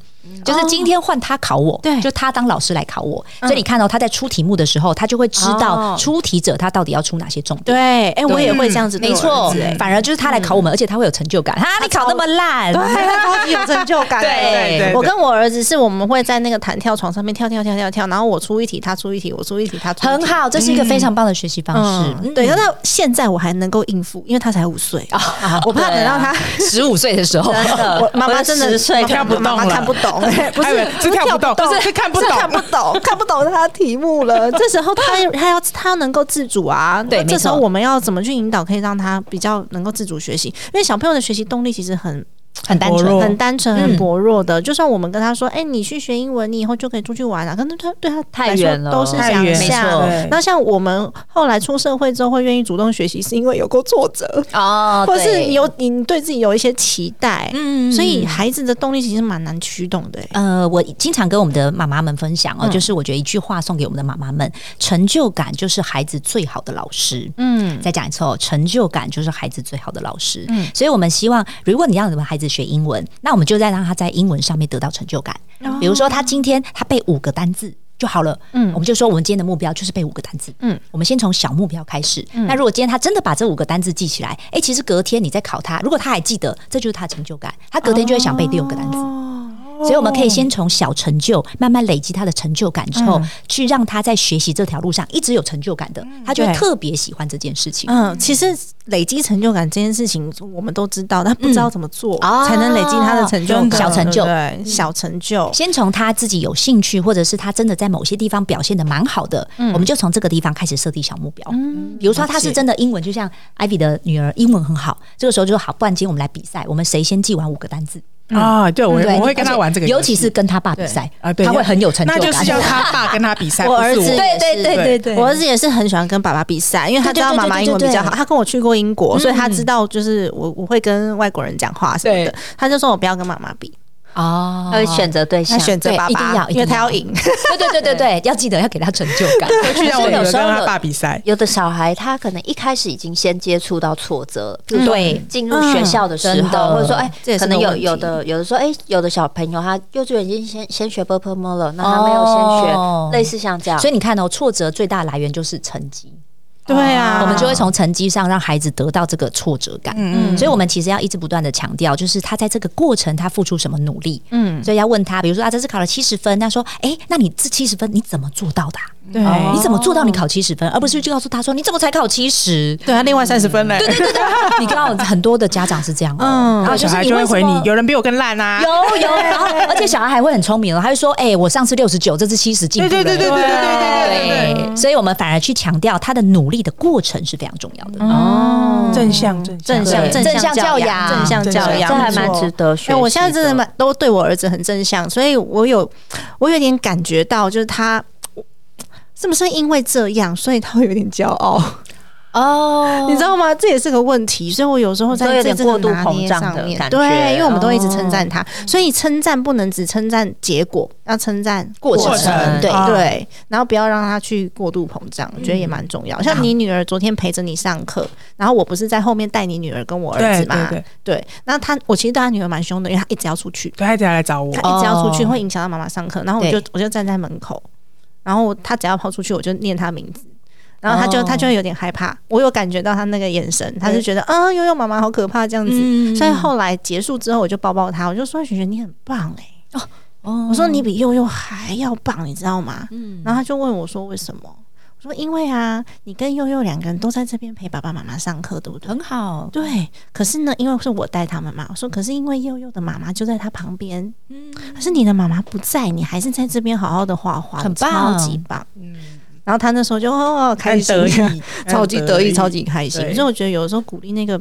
[SPEAKER 6] 就是今天换她考我，
[SPEAKER 3] 哦对嗯
[SPEAKER 6] 就她当老师来考我，所以你看到、哦、她在出题目的时候，她就会知道
[SPEAKER 3] 哦
[SPEAKER 6] 出题者他到底要出哪些重点。
[SPEAKER 3] 对，哎、我也会这样子对
[SPEAKER 6] 没
[SPEAKER 3] 我儿
[SPEAKER 6] 错
[SPEAKER 3] 子，哎，
[SPEAKER 6] 反而就是她来考我们，而且她会有成就感。哈，你考那么烂，
[SPEAKER 3] 对，他超级有成就感。
[SPEAKER 5] 对对
[SPEAKER 3] 我跟我儿子是我们会在那个弹跳床上面跳跳跳跳跳，然后我出一题，他出一题，我出一题，他出一题
[SPEAKER 6] 很。好，这是一个非常棒的学习方式。
[SPEAKER 3] 嗯，对，他到现在我还能够应付，因为他才五岁，
[SPEAKER 6] 啊
[SPEAKER 3] 我怕等到他
[SPEAKER 6] 十五岁的时 候，
[SPEAKER 3] 我妈妈真的
[SPEAKER 4] 10岁
[SPEAKER 5] 跳不动了
[SPEAKER 3] 妈妈看不懂，不
[SPEAKER 5] 还以为
[SPEAKER 3] 是
[SPEAKER 5] 是跳哎不动
[SPEAKER 3] 不
[SPEAKER 5] 是看不
[SPEAKER 3] 是
[SPEAKER 5] 懂
[SPEAKER 3] 看不 懂，看不懂他的题目了。 这时候他他要他要能够自主啊，
[SPEAKER 6] 对没
[SPEAKER 3] 这
[SPEAKER 6] 错
[SPEAKER 3] 时候我们要怎么去引导，可以让他比较能够自主学习？因为小朋友的学习动力其实很
[SPEAKER 6] 很单纯
[SPEAKER 5] 薄，弱
[SPEAKER 3] 很单纯、
[SPEAKER 6] 嗯
[SPEAKER 3] 很薄弱的。就算我们跟他说：“哎、你去学英文，你以后就可以出去玩了、啊。”可能他对他
[SPEAKER 4] 太
[SPEAKER 3] 来说
[SPEAKER 4] 远了
[SPEAKER 3] 都是
[SPEAKER 5] 太
[SPEAKER 3] 想
[SPEAKER 5] 远
[SPEAKER 4] 没
[SPEAKER 3] 象
[SPEAKER 4] 错。
[SPEAKER 5] 对
[SPEAKER 3] 那像我们后来出社会之后，会愿意主动学习，是因为有过挫折，
[SPEAKER 6] 哦
[SPEAKER 3] 或是
[SPEAKER 6] 对
[SPEAKER 3] 你有你对自己有一些期待。
[SPEAKER 6] 嗯
[SPEAKER 3] 所以孩子的动力其实蛮难驱动的、欸。
[SPEAKER 6] 呃，我经常跟我们的妈妈们分享
[SPEAKER 3] 嗯
[SPEAKER 6] 哦，就是我觉得一句话送给我们的妈妈们：成就感就是孩子最好的老师。
[SPEAKER 3] 嗯，
[SPEAKER 6] 再讲一次哦，成就感就是孩子最好的老师。所以我们希望，如果你让你们孩子学英文，那我们就再让他在英文上面得到成就感。比如说，他今天他背五个单字。就好了，哦嗯，我们就说我们今天的目标就是背五个单字，嗯，我们先从小目标开始。那如果今天他真的把这五个单字记起来，哎、其实隔天你再考他，如果他还记得，这就是他的成就感，他隔天就会想背六个单字。所以我们可以先从小成就慢慢累积他的成就感之后，去让他在学习这条路上一直有成就感的，他就会
[SPEAKER 3] 对
[SPEAKER 6] 特别喜欢这件事情。
[SPEAKER 3] 嗯，其实累积成就感这件事情，我们都知道，但不知道怎么做、
[SPEAKER 6] 哦
[SPEAKER 3] 才能累积他的成就
[SPEAKER 6] 真
[SPEAKER 3] 感、
[SPEAKER 6] 的小成就
[SPEAKER 3] 对不对小成就。
[SPEAKER 6] 先从他自己有兴趣，或者是他真的在某些地方表现的蛮好的，
[SPEAKER 5] 嗯
[SPEAKER 6] 我们就从这个地方开始设定小目标。嗯比如说他是真的英文，就像艾比的女儿英文很好，这个时候就说好，不然今天我们来比赛，我们谁先记完五个单字，
[SPEAKER 5] 啊，对，我
[SPEAKER 6] 嗯对
[SPEAKER 5] 我会跟她玩这个游
[SPEAKER 6] 尤
[SPEAKER 5] 戏，
[SPEAKER 6] 其是跟他爸比赛
[SPEAKER 5] 啊，对，
[SPEAKER 6] 他会很有成就
[SPEAKER 5] 那
[SPEAKER 6] 感。
[SPEAKER 5] 就是要他爸跟他比赛，
[SPEAKER 3] 我儿
[SPEAKER 5] 不是
[SPEAKER 3] 子
[SPEAKER 5] 我
[SPEAKER 3] 对
[SPEAKER 6] 对
[SPEAKER 5] 对对
[SPEAKER 6] 对
[SPEAKER 3] 嗯我儿子也是很喜欢跟爸爸比赛，因为他知道妈妈英文比较好。
[SPEAKER 6] 对对对对对对嗯
[SPEAKER 3] 他跟我去过英国，所以他知道就是我我会跟外国人讲话什么的。他就说我不要跟妈妈比，
[SPEAKER 6] 哦
[SPEAKER 4] 他会选择对
[SPEAKER 3] 他
[SPEAKER 4] 象，
[SPEAKER 3] 选择爸
[SPEAKER 6] 啊对一定
[SPEAKER 3] 爸
[SPEAKER 6] 要，一
[SPEAKER 3] 因
[SPEAKER 6] 定要
[SPEAKER 3] 为他要 赢。
[SPEAKER 6] 对对对对对，要记得要给他成就 感。
[SPEAKER 5] 回去让我女
[SPEAKER 4] 有
[SPEAKER 5] 儿跟
[SPEAKER 4] 时候
[SPEAKER 5] 他爸比赛。
[SPEAKER 4] 有的小孩他可能一开始已经先接触到挫折了，比
[SPEAKER 5] 嗯
[SPEAKER 4] 如说
[SPEAKER 6] 对
[SPEAKER 4] 进入学校嗯的时
[SPEAKER 6] 嗯真
[SPEAKER 4] 候，
[SPEAKER 6] 的
[SPEAKER 4] 或者说哎
[SPEAKER 3] 这也，是
[SPEAKER 4] 可
[SPEAKER 3] 个
[SPEAKER 4] 能有
[SPEAKER 3] 问题
[SPEAKER 4] 有的有的说哎，有的小朋友他幼稚园已经先先学 b u r p l e m o 了，那他没有先
[SPEAKER 6] 哦
[SPEAKER 4] 学类似像这样，
[SPEAKER 6] 所以你看哦，挫折最大来源就是成绩，
[SPEAKER 3] 对啊，
[SPEAKER 6] 我们就会从成绩上让孩子得到这个挫折感。
[SPEAKER 5] 嗯
[SPEAKER 6] 所以我们其实要一直不断的强调，就是他在这个过程他付出什么努力。
[SPEAKER 3] 嗯
[SPEAKER 6] 所以要问他，比如说啊，这次考了七十分，他说，哎、那你这七十分你怎么做到的啊、
[SPEAKER 5] 对哦
[SPEAKER 6] 你怎么做到你考七十分，而不是就告诉他说你怎么才考七十？
[SPEAKER 3] 对他另外三十分嘞。
[SPEAKER 6] 你知道很多的家长是这样、哦，
[SPEAKER 3] 嗯
[SPEAKER 6] 然后就
[SPEAKER 5] 小
[SPEAKER 6] 是
[SPEAKER 5] 孩
[SPEAKER 6] 你
[SPEAKER 5] 就
[SPEAKER 6] 为
[SPEAKER 5] 会
[SPEAKER 6] 什
[SPEAKER 5] 回
[SPEAKER 6] 么
[SPEAKER 5] 你，？有人比我更烂啊！
[SPEAKER 6] 有有，然后而且小孩还会很聪明哦，他就说：“哎、我上次六十九，这次七十进步
[SPEAKER 5] 对
[SPEAKER 6] 了。”
[SPEAKER 5] 对对对对对对对对
[SPEAKER 6] 对，所以我们反而去强调他的努力的过程是非常重要的。
[SPEAKER 3] 哦
[SPEAKER 5] 对，正向正
[SPEAKER 3] 正向向教
[SPEAKER 6] 对
[SPEAKER 3] 正
[SPEAKER 6] 正
[SPEAKER 3] 向
[SPEAKER 5] 向教
[SPEAKER 3] 教
[SPEAKER 5] 养
[SPEAKER 3] 养，
[SPEAKER 4] 这还蛮
[SPEAKER 3] 没错
[SPEAKER 4] 值得学习
[SPEAKER 3] 哎，
[SPEAKER 4] 的。
[SPEAKER 3] 我现在真的蛮都对我儿子很正向，所以我有我有点感觉到，就是他是不是因为这样，所以他会有点骄傲，
[SPEAKER 4] 哦，
[SPEAKER 3] 你知道吗？这也是个问题，所以我有时候在
[SPEAKER 4] 都有点
[SPEAKER 3] 这这个
[SPEAKER 4] 过度
[SPEAKER 3] 拿捏
[SPEAKER 4] 膨胀的
[SPEAKER 3] 上面
[SPEAKER 4] 感觉哦嗯
[SPEAKER 3] 对，因为我们都一直称赞他，所以称赞不能只称赞结果，要称赞过
[SPEAKER 6] 过程
[SPEAKER 3] 对
[SPEAKER 5] 啊
[SPEAKER 3] 对，然后不要让他去过度膨胀，我觉
[SPEAKER 4] 嗯
[SPEAKER 3] 得也蛮重要。像你女儿昨天陪着你上课，然后我不是在后面带你女儿跟我儿
[SPEAKER 5] 对
[SPEAKER 3] 子嘛
[SPEAKER 5] 对，对，
[SPEAKER 3] 对，那他我其实对他女儿蛮凶的，因为她一直要出去，
[SPEAKER 5] 对，他一直来找我
[SPEAKER 3] 她，一直要出去
[SPEAKER 6] 哦
[SPEAKER 3] 会影响到妈妈上课，然后我就我就站在门口，然后她只要跑出去，我就念她名字。然后她就
[SPEAKER 6] 哦
[SPEAKER 3] 她就有点害怕，我有感觉到她那个眼神，她就觉得啊，悠悠妈妈好可怕这样子。
[SPEAKER 6] 嗯
[SPEAKER 3] 所以后来结束之后，我就抱抱她，我就说：“璇璇你很棒哎、
[SPEAKER 6] 哦嗯
[SPEAKER 3] 我说：“你比悠悠还要棒，你知道吗？”然后她就问我说：“为什么？”我说因为啊，你跟悠悠两个人都在这边陪爸爸妈妈上课，对不对？
[SPEAKER 6] 很好，
[SPEAKER 3] 对，可是呢，因为是我带他们嘛，我说可是因为悠悠的妈妈就在他旁边，
[SPEAKER 6] 嗯，
[SPEAKER 3] 可是你的妈妈不在，你还是在这边好好的画画，
[SPEAKER 6] 很棒
[SPEAKER 3] 超级棒。
[SPEAKER 5] 嗯，
[SPEAKER 3] 然后他那时候就哦开
[SPEAKER 5] 很
[SPEAKER 3] 心，
[SPEAKER 5] 得意，
[SPEAKER 3] 超级得意，
[SPEAKER 5] 很
[SPEAKER 3] 超级开心。
[SPEAKER 5] 对
[SPEAKER 3] 所以我觉得有的时候鼓励那个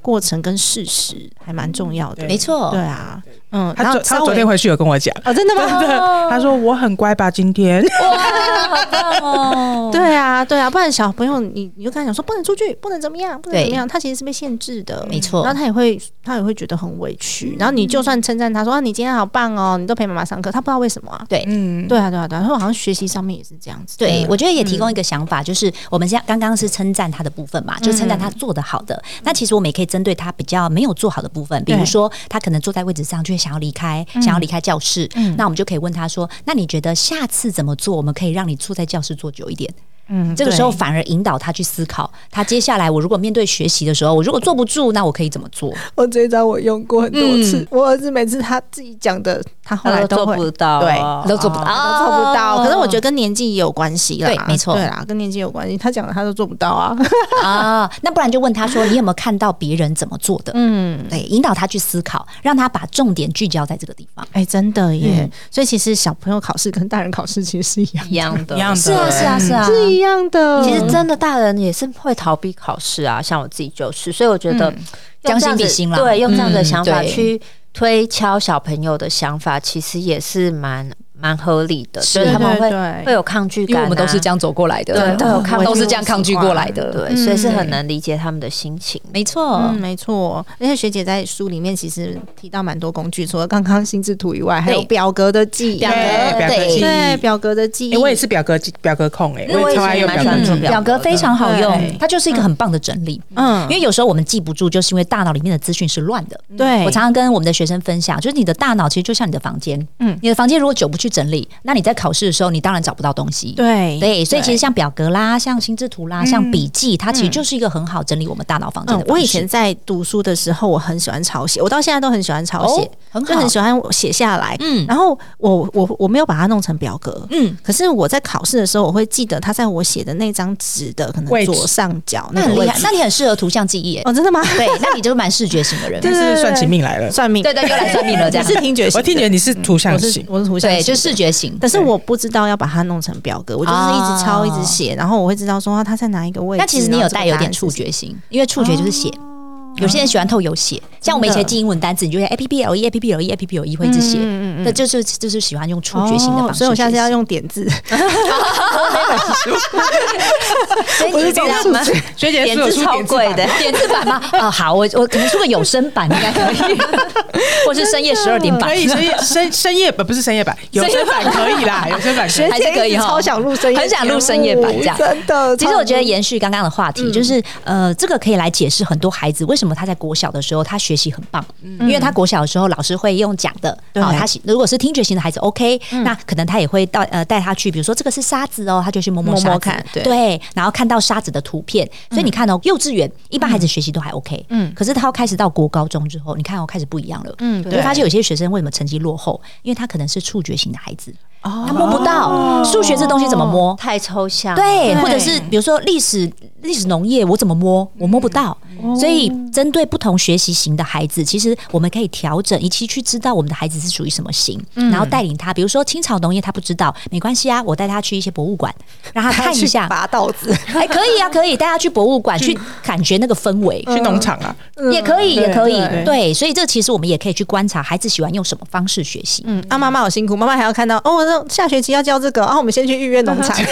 [SPEAKER 3] 过程跟事实还蛮重要的。
[SPEAKER 5] 对
[SPEAKER 6] 没错，
[SPEAKER 3] 对啊，嗯，然后
[SPEAKER 5] 他昨他昨天回去有跟我讲，
[SPEAKER 3] 哦，真的吗？
[SPEAKER 5] 真的， 他说我很乖吧，今天
[SPEAKER 6] 哦，
[SPEAKER 3] 对啊，对啊，不然小朋友你你就跟他讲说不能出去，不能怎么样，不能
[SPEAKER 6] 对
[SPEAKER 3] 怎么样，他其实是被限制的，
[SPEAKER 6] 没错
[SPEAKER 3] 然后他也会他也会觉得很委屈，然后你就算称赞他说啊你今天好棒哦，你都陪妈妈上课，他不知道为什么啊。
[SPEAKER 6] 对。
[SPEAKER 5] 嗯，
[SPEAKER 3] 对啊，对啊，对啊，他好像学习上面也是这样子。
[SPEAKER 6] 对，我觉得也提供一个想法，就是我们现在刚刚是称赞他的部分嘛，就称赞他做得好的。那其实我们也可以针对他比较没有做好的部分，比如
[SPEAKER 3] 对
[SPEAKER 6] 说他可能坐在位置上就会想要离开，想要离开教室，那我们就可以问他说：“那你觉得下次怎么做，我们可以让你坐在教室坐久一点？”
[SPEAKER 3] 嗯，
[SPEAKER 6] 这个时候
[SPEAKER 3] 对
[SPEAKER 6] 反而引导他去思考，他接下来我如果面对学习的时候，我如果坐不住，那我可以怎么 做？
[SPEAKER 3] 我这一招我用过很多次，我儿子每次他自己讲的，他后来嗯都会
[SPEAKER 4] 到哦
[SPEAKER 3] 对
[SPEAKER 6] 都做不到，
[SPEAKER 3] 都做不到。可是我觉得跟年纪也有关系啦，
[SPEAKER 6] 对没错
[SPEAKER 3] 对啦，跟年纪有关系。他讲的他都做不到啊，
[SPEAKER 6] 得啊，那不然就问他说，你有没有看到别人怎么做的？
[SPEAKER 3] 嗯。
[SPEAKER 6] 对，引导他去思考，让他把重点聚焦在这个地方。
[SPEAKER 3] 哎、真的耶！
[SPEAKER 6] 嗯
[SPEAKER 3] 所以其实小朋友考试跟大人考试其实是一样，
[SPEAKER 4] 一样的
[SPEAKER 5] 一样的，
[SPEAKER 4] 是啊，是啊，是啊。
[SPEAKER 3] 是一样
[SPEAKER 6] 嗯
[SPEAKER 3] 的。
[SPEAKER 4] 其实真的大人也是会逃避考试啊，像我自己就是，所以我觉得用
[SPEAKER 6] 嗯将
[SPEAKER 4] 这
[SPEAKER 6] 心
[SPEAKER 4] 样
[SPEAKER 6] 比
[SPEAKER 4] 子
[SPEAKER 6] 心啦
[SPEAKER 4] 对，用这样的
[SPEAKER 6] 嗯
[SPEAKER 4] 想法
[SPEAKER 6] 对
[SPEAKER 4] 去推敲小朋友的想法，其实也是蛮蛮合理的，
[SPEAKER 6] 是
[SPEAKER 4] 所以他们
[SPEAKER 3] 对对
[SPEAKER 4] 会
[SPEAKER 3] 对
[SPEAKER 4] 会有抗拒
[SPEAKER 6] 因
[SPEAKER 4] 感
[SPEAKER 6] 为
[SPEAKER 4] 啊，
[SPEAKER 6] 我们都是这样走过来的，
[SPEAKER 4] 对会有抗
[SPEAKER 6] 都是
[SPEAKER 4] 拒
[SPEAKER 6] 这样抗拒过来的，
[SPEAKER 4] 对，所以是很
[SPEAKER 3] 嗯
[SPEAKER 4] 能理解他们的心情。
[SPEAKER 6] 没错。
[SPEAKER 3] 嗯，没错。而且学姐在书里面其实提到蛮多工具，除了刚刚心智图以外，还有
[SPEAKER 6] 对
[SPEAKER 3] 表格的记忆，
[SPEAKER 6] 表格
[SPEAKER 5] 对表格
[SPEAKER 6] 对
[SPEAKER 5] 记
[SPEAKER 3] 对表格的记
[SPEAKER 5] 忆
[SPEAKER 3] 忆。
[SPEAKER 5] 哎，我也是表格表格控，哎，
[SPEAKER 4] 我
[SPEAKER 5] 也
[SPEAKER 4] 也
[SPEAKER 5] 超爱
[SPEAKER 4] 是
[SPEAKER 5] 用表
[SPEAKER 4] 蛮喜
[SPEAKER 5] 格
[SPEAKER 4] 欢做
[SPEAKER 5] 控
[SPEAKER 4] 表格
[SPEAKER 6] 表格非常好用
[SPEAKER 3] 对，
[SPEAKER 6] 它就是一个很棒的整理。
[SPEAKER 3] 嗯
[SPEAKER 6] 因为有时候我们记不住，就是因为大脑里面的资讯是乱的。
[SPEAKER 3] 对
[SPEAKER 6] 我常常跟我们的学生分享，就是你的大脑其实就像你的房间，
[SPEAKER 3] 嗯
[SPEAKER 6] 嗯，你的房间如果久不去整理，那你在考试的时候，你当然找不到东西。
[SPEAKER 3] 对
[SPEAKER 6] 哎对，所以其实像表格啦，像心智图啦，像笔记，它其实就是一个很好整理我们大脑房间
[SPEAKER 3] 嗯
[SPEAKER 6] 的，方式。
[SPEAKER 3] 我以前在读书的时候，我很喜欢抄写，我到现在都很喜欢抄写，
[SPEAKER 6] 哦很好
[SPEAKER 3] 就很喜欢我写下来。
[SPEAKER 6] 嗯
[SPEAKER 3] 然后我我我没有把它弄成表格，
[SPEAKER 6] 嗯，
[SPEAKER 3] 可是我在考试的时候，我会记得它在我写的那张纸的可
[SPEAKER 5] 位
[SPEAKER 3] 能
[SPEAKER 5] 置
[SPEAKER 3] 左上角
[SPEAKER 6] 那
[SPEAKER 3] 那
[SPEAKER 6] 很
[SPEAKER 3] 个
[SPEAKER 6] 厉
[SPEAKER 3] 位
[SPEAKER 6] 害，
[SPEAKER 3] 置。
[SPEAKER 6] 那你很适合图像记忆耶。
[SPEAKER 3] 哦，真的吗？
[SPEAKER 6] 对，那你就是蛮视觉型的人。
[SPEAKER 5] 但
[SPEAKER 3] 对对
[SPEAKER 5] 是
[SPEAKER 3] 对
[SPEAKER 5] 算起命来了。
[SPEAKER 3] 算命，
[SPEAKER 6] 对对，又来算命了，这
[SPEAKER 3] 你
[SPEAKER 6] 样
[SPEAKER 3] 是听觉型
[SPEAKER 5] 我
[SPEAKER 3] 的，
[SPEAKER 5] 听觉得你是图像
[SPEAKER 3] 我是
[SPEAKER 5] 型，
[SPEAKER 3] 我是图像
[SPEAKER 6] 对，
[SPEAKER 3] 型，
[SPEAKER 6] 就是视觉型。
[SPEAKER 3] 但是我不知道要把它弄成表格，我就是一直抄，
[SPEAKER 6] 哦
[SPEAKER 3] 一直写，然后我会知道说啊它在哪一个位置。
[SPEAKER 6] 那其实你有带有点触
[SPEAKER 3] 然后
[SPEAKER 6] 觉型，因为触觉就是写。有些人喜欢透有写，像我们以前记英文单词，你就会 A P P L E A P P L E A P P L E 会一直
[SPEAKER 3] 这个答案是什
[SPEAKER 6] 写
[SPEAKER 3] 么，嗯嗯嗯
[SPEAKER 6] 那就是就是喜欢用触
[SPEAKER 3] 嗯
[SPEAKER 6] 觉型的方
[SPEAKER 3] 哦
[SPEAKER 6] 式。
[SPEAKER 3] 所以我下次要，用点字，
[SPEAKER 6] 所以你这样吗？
[SPEAKER 5] 学姐是有出点字版 的，
[SPEAKER 6] 点字版吗？ 哦，好，我我可能出个有声版应该可 以，或是深夜十二点版
[SPEAKER 5] 可。以深夜深深夜版不是深夜版，有声版可以啦，有声版可以。
[SPEAKER 6] 还是 可以哈
[SPEAKER 3] 超想录深夜，
[SPEAKER 6] 很想录深夜版这样
[SPEAKER 3] 哦真的。
[SPEAKER 6] 其实我觉得延续刚刚的话
[SPEAKER 3] 嗯
[SPEAKER 6] 题，就是呃，这个可以来解释很多孩子为什么他在国小的时候他学习很棒，因为他国小的时候老师会用讲的，
[SPEAKER 3] 嗯对嗯
[SPEAKER 6] 好，他喜如果是听觉型的孩子，OK，那可能他也会到呃带他去，比如说这个是沙子哦，他就去摸摸
[SPEAKER 3] 摸摸
[SPEAKER 6] 沙子
[SPEAKER 3] 看对
[SPEAKER 6] 对，然后看到沙子的图片，所以你看哦，幼稚园一般孩子学习都还 OK，
[SPEAKER 3] 嗯
[SPEAKER 6] 嗯，可是他要开始到国高中之后，你看哦开始不一样了，
[SPEAKER 3] 嗯
[SPEAKER 6] 嗯，
[SPEAKER 3] 对
[SPEAKER 6] 你会发现有些学生为什么成绩落后，因为他可能是触觉型的孩子，他
[SPEAKER 5] 哦
[SPEAKER 3] 他
[SPEAKER 6] 摸不到数学这东西怎么摸，
[SPEAKER 4] 太抽象，，
[SPEAKER 6] 对，嗯
[SPEAKER 3] 对
[SPEAKER 6] 或者是比如说历史历史农业，我怎么摸，我摸不到。所以针对不同学习型的孩子，其实我们可以调整，以及去知道我们的孩子是属于什么型，然后带领他。比如说清朝农业他不知道，没关系啊，我带他去一些博物馆，让 他看一下。
[SPEAKER 3] 拔稻子，
[SPEAKER 6] 哎，可以 啊，可以带他去博物馆去感觉那个氛围。
[SPEAKER 5] 去农场啊，
[SPEAKER 6] 也可以，
[SPEAKER 5] 对
[SPEAKER 6] 也可以
[SPEAKER 5] 对，
[SPEAKER 6] 对，所以这其实我们也可以去观察孩子喜欢用什么方式学习。
[SPEAKER 3] 嗯，啊，妈妈好辛苦，妈妈还要看到哦，我说下学期要教这个，啊，我们先去预约农 场，
[SPEAKER 6] 哎，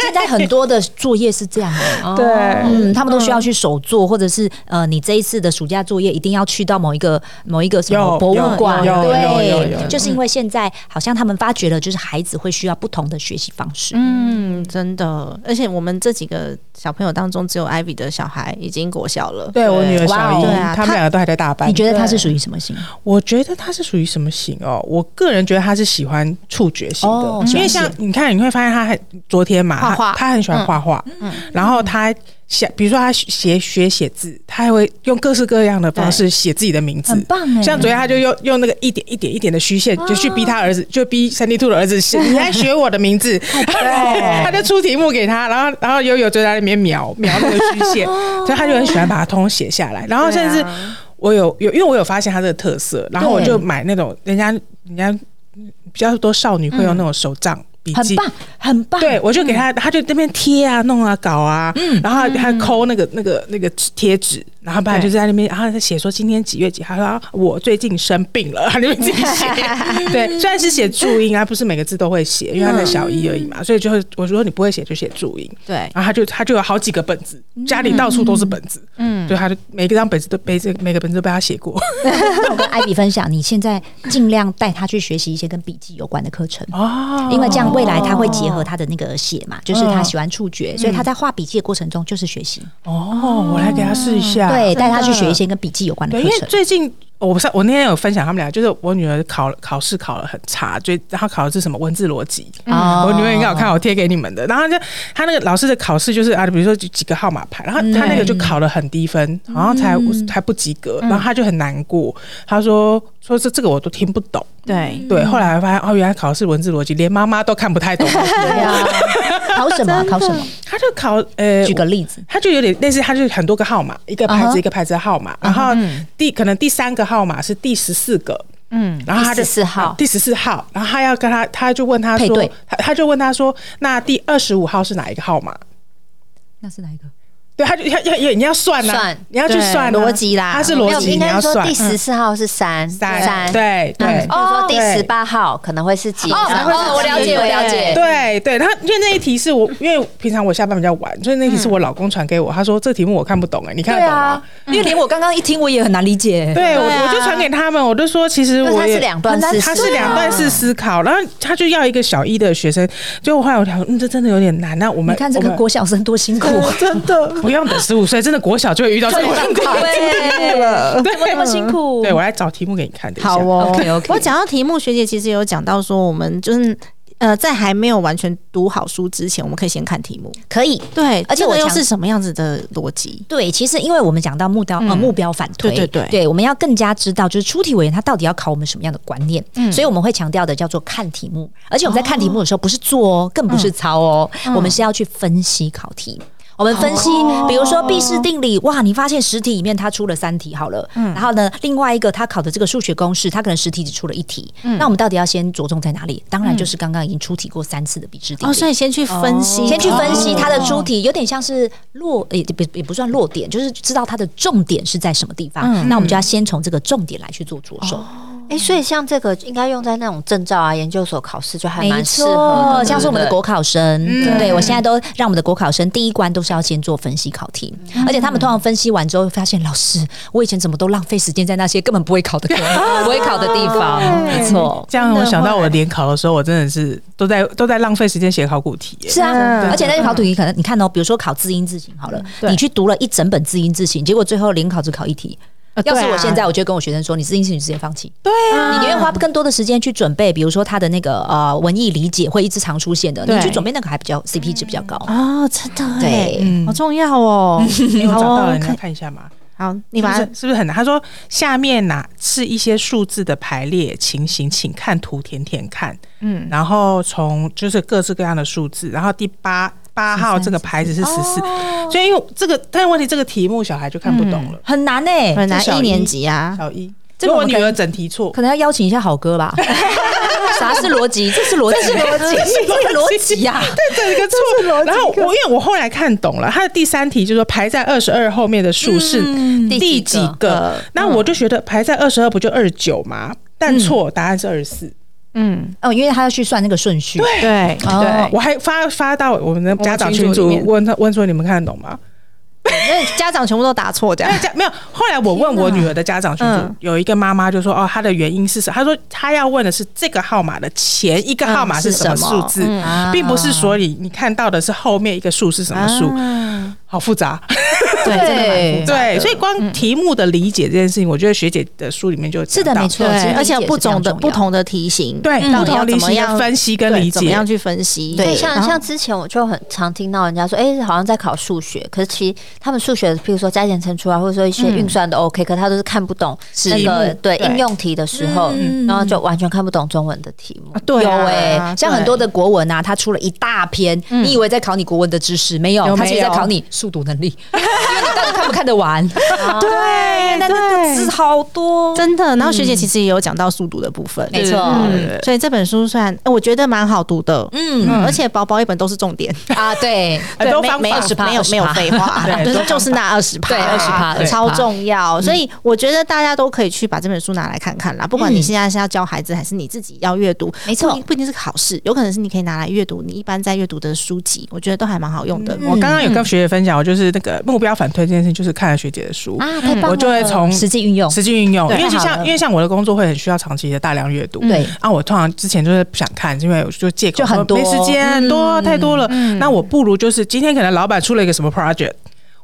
[SPEAKER 6] 现在很多的作业是这样哎，
[SPEAKER 5] 哦
[SPEAKER 3] 对，
[SPEAKER 6] 嗯，他们都需要去手做，或者是呃，你这一次的暑假作业一定要去到某一个某一个什么
[SPEAKER 5] 有
[SPEAKER 6] 博物馆，
[SPEAKER 5] 有有有有有
[SPEAKER 6] 对
[SPEAKER 5] 有，
[SPEAKER 6] 就是因为现在好像他们发觉了，就是孩子会需要不同的学习方式。
[SPEAKER 3] 嗯，真的，而且我们这几个小朋友当中，只有艾比的小孩已经国小了，
[SPEAKER 5] 对我女儿
[SPEAKER 6] 哇
[SPEAKER 5] 小
[SPEAKER 6] 哦
[SPEAKER 5] 姨
[SPEAKER 3] 对啊，
[SPEAKER 5] 他们
[SPEAKER 3] 她
[SPEAKER 5] 两个都还在大班
[SPEAKER 6] 你。觉得他是属于什么型？
[SPEAKER 5] 我觉得他是属于什么型哦？我个人觉得他是喜欢触觉型
[SPEAKER 6] 哦
[SPEAKER 5] 的，因
[SPEAKER 6] 喜
[SPEAKER 5] 为
[SPEAKER 6] 欢
[SPEAKER 5] 像
[SPEAKER 6] 写
[SPEAKER 5] 你看，你会发现他很昨天嘛，
[SPEAKER 3] 画画
[SPEAKER 5] 嗯他他很喜欢画画，然后他写，比如说他写学写字，他还会用各式各样的方式写自己的名字，
[SPEAKER 4] 很棒
[SPEAKER 6] 欸
[SPEAKER 4] 哎
[SPEAKER 5] 像昨天他就用用那个一点一点一点的虚线，就去逼他儿子，就逼三 D 兔的儿 子写，你来学我的名字，他就出题目给他，然后然后悠悠就在那边描描那个虚 线，
[SPEAKER 4] 哦
[SPEAKER 5] 所以他就很喜欢把它通通写下来，然后甚至
[SPEAKER 4] 啊
[SPEAKER 5] 我有有，因为我有发现他这个特色，然后我就买那种人家人家比较多少女会用那种手账。笔
[SPEAKER 4] 嗯很
[SPEAKER 5] 记
[SPEAKER 4] 棒，很 棒。
[SPEAKER 5] 对，我就
[SPEAKER 6] 嗯
[SPEAKER 5] 给他，他就那边贴啊、弄啊、搞啊，然后他抠那个、那个、那个贴纸，然后不然就在那边，然后他写说今天几月几号，他说我最近生病了，他那边自己 写。对，虽然是写注音啊，不是每个字都会写，因为他才小一而已
[SPEAKER 6] 嗯
[SPEAKER 5] 嘛，所以就会我说你不会写就写注音，
[SPEAKER 3] 对，
[SPEAKER 5] 然后他就他就有好几个本子，家里到处都是本子，嗯，对，他就每一张本子都被这每个本子都被他写过。
[SPEAKER 6] 那我跟艾比分享，你现在尽量带他去学习一些跟笔记有关的课程哦，因为这样未来他会结
[SPEAKER 5] 哦
[SPEAKER 6] 合他的那个写嘛，就是
[SPEAKER 5] 嗯
[SPEAKER 6] 他喜欢触觉，所以他在画笔记的过程中就是学习，
[SPEAKER 5] 哦，我来给他试一下，
[SPEAKER 6] 对，带他去学一些跟笔记有关的
[SPEAKER 5] 对，
[SPEAKER 6] 课
[SPEAKER 5] 因为
[SPEAKER 6] 程。
[SPEAKER 5] 最近我上我那天有分享他们俩，就是我女儿考考试考得很差，就然后考的是什么文字逻辑。
[SPEAKER 6] 哦
[SPEAKER 5] 我女儿应该有看我贴给你们的，然后她就她那个老师的考试就是啊，比如说几几个号码牌，然后她那个就考了很低分，好像才才不及格，然后她就很难过，她说说这这个我都听不懂。
[SPEAKER 3] 对，
[SPEAKER 5] 对，后来发现哦，原来考试文字逻辑连妈妈都看不太懂，
[SPEAKER 6] 对啊，考什么啊？考什么？
[SPEAKER 5] 她就考呃，
[SPEAKER 6] 举个例子，
[SPEAKER 5] 它就有点类似，它就是很多个号码，一个牌子一个牌子的号码，然后第可能第三个号码是第十四个。嗯，然后他就
[SPEAKER 4] 14号
[SPEAKER 5] 第十四号，然后他要跟他，他就问他
[SPEAKER 6] 配
[SPEAKER 5] 说
[SPEAKER 6] 对，
[SPEAKER 5] 他他就问他说，那第二十五号是哪一个号码？
[SPEAKER 6] 那是哪一个？
[SPEAKER 5] 对，他就要要要你要算呐、
[SPEAKER 4] 算
[SPEAKER 5] 你要去
[SPEAKER 3] 对
[SPEAKER 5] 算啊
[SPEAKER 3] 逻辑啦
[SPEAKER 5] 他是
[SPEAKER 4] 没
[SPEAKER 5] 逻
[SPEAKER 4] 有，
[SPEAKER 5] 辑，
[SPEAKER 4] 应
[SPEAKER 5] 你
[SPEAKER 4] 该
[SPEAKER 5] 要
[SPEAKER 4] 说
[SPEAKER 5] 算嗯
[SPEAKER 4] 第十四号是三
[SPEAKER 5] 三，
[SPEAKER 4] 三，
[SPEAKER 5] 对
[SPEAKER 4] 嗯，
[SPEAKER 5] 对
[SPEAKER 4] 比如说第
[SPEAKER 5] 对
[SPEAKER 4] 十八号可能会是几？
[SPEAKER 5] 哦我了解我
[SPEAKER 3] 了解
[SPEAKER 5] 对对，然后因为那一题是我，因为平常我下班比较晚，所以那一题是我老公传给我，他说这题目我看不懂哎、你看得懂吗？
[SPEAKER 6] 因为连我刚刚一听我也很难理解。
[SPEAKER 5] 对，我
[SPEAKER 3] 对啊
[SPEAKER 5] 我就传给他们，我就说其实
[SPEAKER 4] 因为
[SPEAKER 5] 我
[SPEAKER 4] 它
[SPEAKER 5] 也
[SPEAKER 4] 是两段
[SPEAKER 5] 他
[SPEAKER 4] 式
[SPEAKER 5] 他
[SPEAKER 4] 思
[SPEAKER 5] 是两
[SPEAKER 4] 考
[SPEAKER 5] 段式思考，然后他就要一个小一的学生，结果后来我想说，嗯，这真的有点难。那我
[SPEAKER 6] 你
[SPEAKER 5] 们
[SPEAKER 6] 看这
[SPEAKER 5] 我
[SPEAKER 6] 个
[SPEAKER 5] 们
[SPEAKER 6] 郭小生多辛苦，
[SPEAKER 5] 真的不用等十五岁，真的国小就会遇到这种问题，
[SPEAKER 6] 对，
[SPEAKER 5] 对，
[SPEAKER 6] 那么辛苦
[SPEAKER 5] 对我来找题目给你看，等一下。
[SPEAKER 6] 哦，OK OK，
[SPEAKER 3] 我讲到题目，学姐其实有讲到说，我们就是呃，在还没有完全读好书之前，我们可以先看题目。
[SPEAKER 6] 可以。
[SPEAKER 3] 对，
[SPEAKER 6] 而且
[SPEAKER 3] 这
[SPEAKER 6] 我
[SPEAKER 3] 个又
[SPEAKER 6] 强
[SPEAKER 3] 是什么样子的逻辑？
[SPEAKER 6] 对，其实因为我们讲到目标、呃
[SPEAKER 4] 嗯
[SPEAKER 6] 目标反推，
[SPEAKER 3] 对对对
[SPEAKER 6] 我们要更加知道就是出题委员他到底要考我们什么样的观念，所以我们会强调的叫做看题目，而且我们在看题目的时候不是做哦，更不是抄哦，我们是要去分析考题。我们分析，比如说毕氏定理，哇，你发现十题里面它出了三题好了，然后呢，另外一个它考的这个数学公式，它可能十题只出了一题，那我们到底要先着重在哪里？当然就是刚刚已经出题过三次的毕氏定理。
[SPEAKER 3] 哦，所以哦先去分析，
[SPEAKER 6] 先去分析哦它的出题，有点像是落，也也不也不算落点，就是知道它的重点是在什么地方。那我们就要先从这个重点来去做着手，
[SPEAKER 4] 哎，所以像这个应该用在那种证照啊、研究所考试，就还蛮
[SPEAKER 6] 没
[SPEAKER 4] 适合
[SPEAKER 6] 错
[SPEAKER 4] 的，，
[SPEAKER 6] 像是我们的
[SPEAKER 4] 对嗯不
[SPEAKER 6] 国考生，对我现在都让我们的国考生第一关都是要先做分析考题，
[SPEAKER 4] 嗯
[SPEAKER 6] 而且他们通常分析完之后发现，老师，我以前怎么都浪费时间在那些根本不会考 的科、不会考的地方，没错。
[SPEAKER 5] 这样我想到我联考的时候，我真的是都在都在浪费时间写考古题 耶。
[SPEAKER 6] 是
[SPEAKER 4] 嗯
[SPEAKER 6] 啊，而且那些考古题可能你看哦，比如说考字音字形好了，你去读了一整本字音字形，结果最后联考只考一题。要是我
[SPEAKER 4] 啊
[SPEAKER 6] 现在，我就会跟我学生说，你字音字形直接放弃。哦对啊，你宁愿花更多的时间去准备，比如说他的那个呃文艺理解会一直常出现的，你去准备那个还比较 CP 值比较高。
[SPEAKER 3] 哦，真的欸
[SPEAKER 6] 对，
[SPEAKER 3] 好重要哦。
[SPEAKER 5] 你有找到了，你要
[SPEAKER 3] 看
[SPEAKER 5] 看一下吗？
[SPEAKER 3] 好，你
[SPEAKER 5] 是
[SPEAKER 3] 把
[SPEAKER 5] 不
[SPEAKER 3] 它
[SPEAKER 5] 是是不是很难？他说下面哪是一些数字的排列情形，请看图填填看。嗯，然后从就是各式各样的数字，然后第八八号这个牌子是十四、所以因为这个，但是问题这个题目小孩就看不懂了。
[SPEAKER 6] 很难哎，
[SPEAKER 3] 本
[SPEAKER 5] 这
[SPEAKER 3] 来
[SPEAKER 5] 小
[SPEAKER 3] 一年
[SPEAKER 5] 一
[SPEAKER 3] 级啊，
[SPEAKER 5] 小一，
[SPEAKER 6] 这
[SPEAKER 5] 如
[SPEAKER 6] 个我
[SPEAKER 5] 果我女
[SPEAKER 6] 可以
[SPEAKER 5] 儿整题 错，
[SPEAKER 6] 可能要邀请一下好哥吧。啥是逻辑？这是逻辑，逻辑，这是逻辑啊呀！
[SPEAKER 5] 对，这个错。然后我因为我后来看懂了，它的第三题就是说排在二十二后面的数是第
[SPEAKER 4] 第
[SPEAKER 5] 几
[SPEAKER 4] 几
[SPEAKER 5] 个？那我就觉得排在二十二不就二十九吗？但错，答案是二十四。
[SPEAKER 3] 嗯，
[SPEAKER 6] 哦，因为他要去算那个顺序。
[SPEAKER 3] 对
[SPEAKER 6] 哦
[SPEAKER 3] 对，
[SPEAKER 5] 我还发发到我们的家长群
[SPEAKER 3] 我
[SPEAKER 5] 组
[SPEAKER 3] 们群组里面
[SPEAKER 5] 问他问说你们看得懂吗？
[SPEAKER 3] 那家长全部都答错这样
[SPEAKER 5] 没有。家没有。后来我问我女儿的家长群组，
[SPEAKER 3] 嗯
[SPEAKER 5] 有一个妈妈就说：“哦，她的原因是什么？”她说她要问的是这个号码的前一个号码是什么
[SPEAKER 6] 嗯是什
[SPEAKER 5] 数
[SPEAKER 6] 么
[SPEAKER 5] 字，并不是说你你看到的是后面一个数是什么数，好复杂。
[SPEAKER 6] 对，真的蛮复杂
[SPEAKER 5] 对，所以光题目的理解这件事情，我觉得学姐的书里面就有
[SPEAKER 6] 是的，
[SPEAKER 5] 讲到
[SPEAKER 6] 没错，其
[SPEAKER 3] 对，
[SPEAKER 6] 实
[SPEAKER 3] 而且有
[SPEAKER 6] 理解
[SPEAKER 3] 不
[SPEAKER 6] 是非常
[SPEAKER 3] 同的
[SPEAKER 6] 重
[SPEAKER 3] 不
[SPEAKER 6] 要
[SPEAKER 3] 同的题型，
[SPEAKER 5] 对
[SPEAKER 3] 到
[SPEAKER 5] 不
[SPEAKER 3] 底
[SPEAKER 5] 同
[SPEAKER 3] 嗯要
[SPEAKER 5] 理
[SPEAKER 3] 怎么
[SPEAKER 5] 性
[SPEAKER 3] 样
[SPEAKER 5] 的分析跟
[SPEAKER 3] 对
[SPEAKER 5] 理
[SPEAKER 3] 怎么
[SPEAKER 5] 解
[SPEAKER 3] 样。去分析？
[SPEAKER 4] 对，像
[SPEAKER 3] 然后
[SPEAKER 4] 像之前我就很常听到人家说，哎、好像在考数学，可是其实他们数学，譬如说加减乘除啊，或者说一些运算都
[SPEAKER 6] 嗯
[SPEAKER 4] OK，、可他都是看不懂那
[SPEAKER 5] 题
[SPEAKER 4] 个
[SPEAKER 5] 目
[SPEAKER 4] 对
[SPEAKER 5] 对
[SPEAKER 4] 应用题的时候，
[SPEAKER 6] 嗯
[SPEAKER 4] 然后就完全看不懂中文的题目。
[SPEAKER 5] 对
[SPEAKER 6] 有
[SPEAKER 5] 啊
[SPEAKER 6] 哎、像很
[SPEAKER 3] 对
[SPEAKER 6] 多的国文啊，它出了一大篇，你以为在考你国文的知识，没有，
[SPEAKER 5] 有
[SPEAKER 6] 它其实
[SPEAKER 5] 没有
[SPEAKER 6] 在考你速读能力， 因为你到底看不看得完？对，那那
[SPEAKER 3] 对
[SPEAKER 6] 个字好多，
[SPEAKER 3] 真的，然后
[SPEAKER 5] 嗯
[SPEAKER 3] 学姐其实也有讲到速读的部分，嗯
[SPEAKER 6] 没错
[SPEAKER 5] 对对对
[SPEAKER 3] 所以这本书虽然呃我觉得蛮好读的，
[SPEAKER 6] 嗯
[SPEAKER 3] 而且薄薄一本都是重点，
[SPEAKER 6] 啊，对，
[SPEAKER 5] 很多
[SPEAKER 3] 没
[SPEAKER 5] 方
[SPEAKER 3] 没有
[SPEAKER 5] 法
[SPEAKER 6] 20%
[SPEAKER 3] 没有没有废话，
[SPEAKER 5] 对
[SPEAKER 3] 就
[SPEAKER 5] 多
[SPEAKER 3] 是
[SPEAKER 5] 方法嗯
[SPEAKER 3] 就是那二十趴，
[SPEAKER 6] 对20%对
[SPEAKER 3] 超重要，所以我觉得大家都可以去把这本书拿来看看啦。不管你现在是要教孩子，还是你自己要阅读，
[SPEAKER 6] 没错
[SPEAKER 3] 不一不一定是考试，有可能是你可以拿来阅读你一般在阅读的书籍，我觉得都还蛮好用的。
[SPEAKER 5] 我刚刚有跟学姐分享，我就是那个目标反推这件事，就是看了学姐的书，
[SPEAKER 6] 嗯
[SPEAKER 4] 啊，太棒了！
[SPEAKER 5] 我就会从
[SPEAKER 6] 实际运用，
[SPEAKER 5] 嗯实际运用，因为
[SPEAKER 6] 太
[SPEAKER 5] 就
[SPEAKER 6] 好
[SPEAKER 5] 像
[SPEAKER 6] 了
[SPEAKER 5] 因为像我的工作会很需要长期的大量阅读，
[SPEAKER 6] 对
[SPEAKER 5] 啊，我通常之前就是不想看，因为我就借口
[SPEAKER 6] 就很
[SPEAKER 5] 说
[SPEAKER 6] 多
[SPEAKER 5] 没时间，多太多了。那我不如就是今天可能老板出了一个什么 project，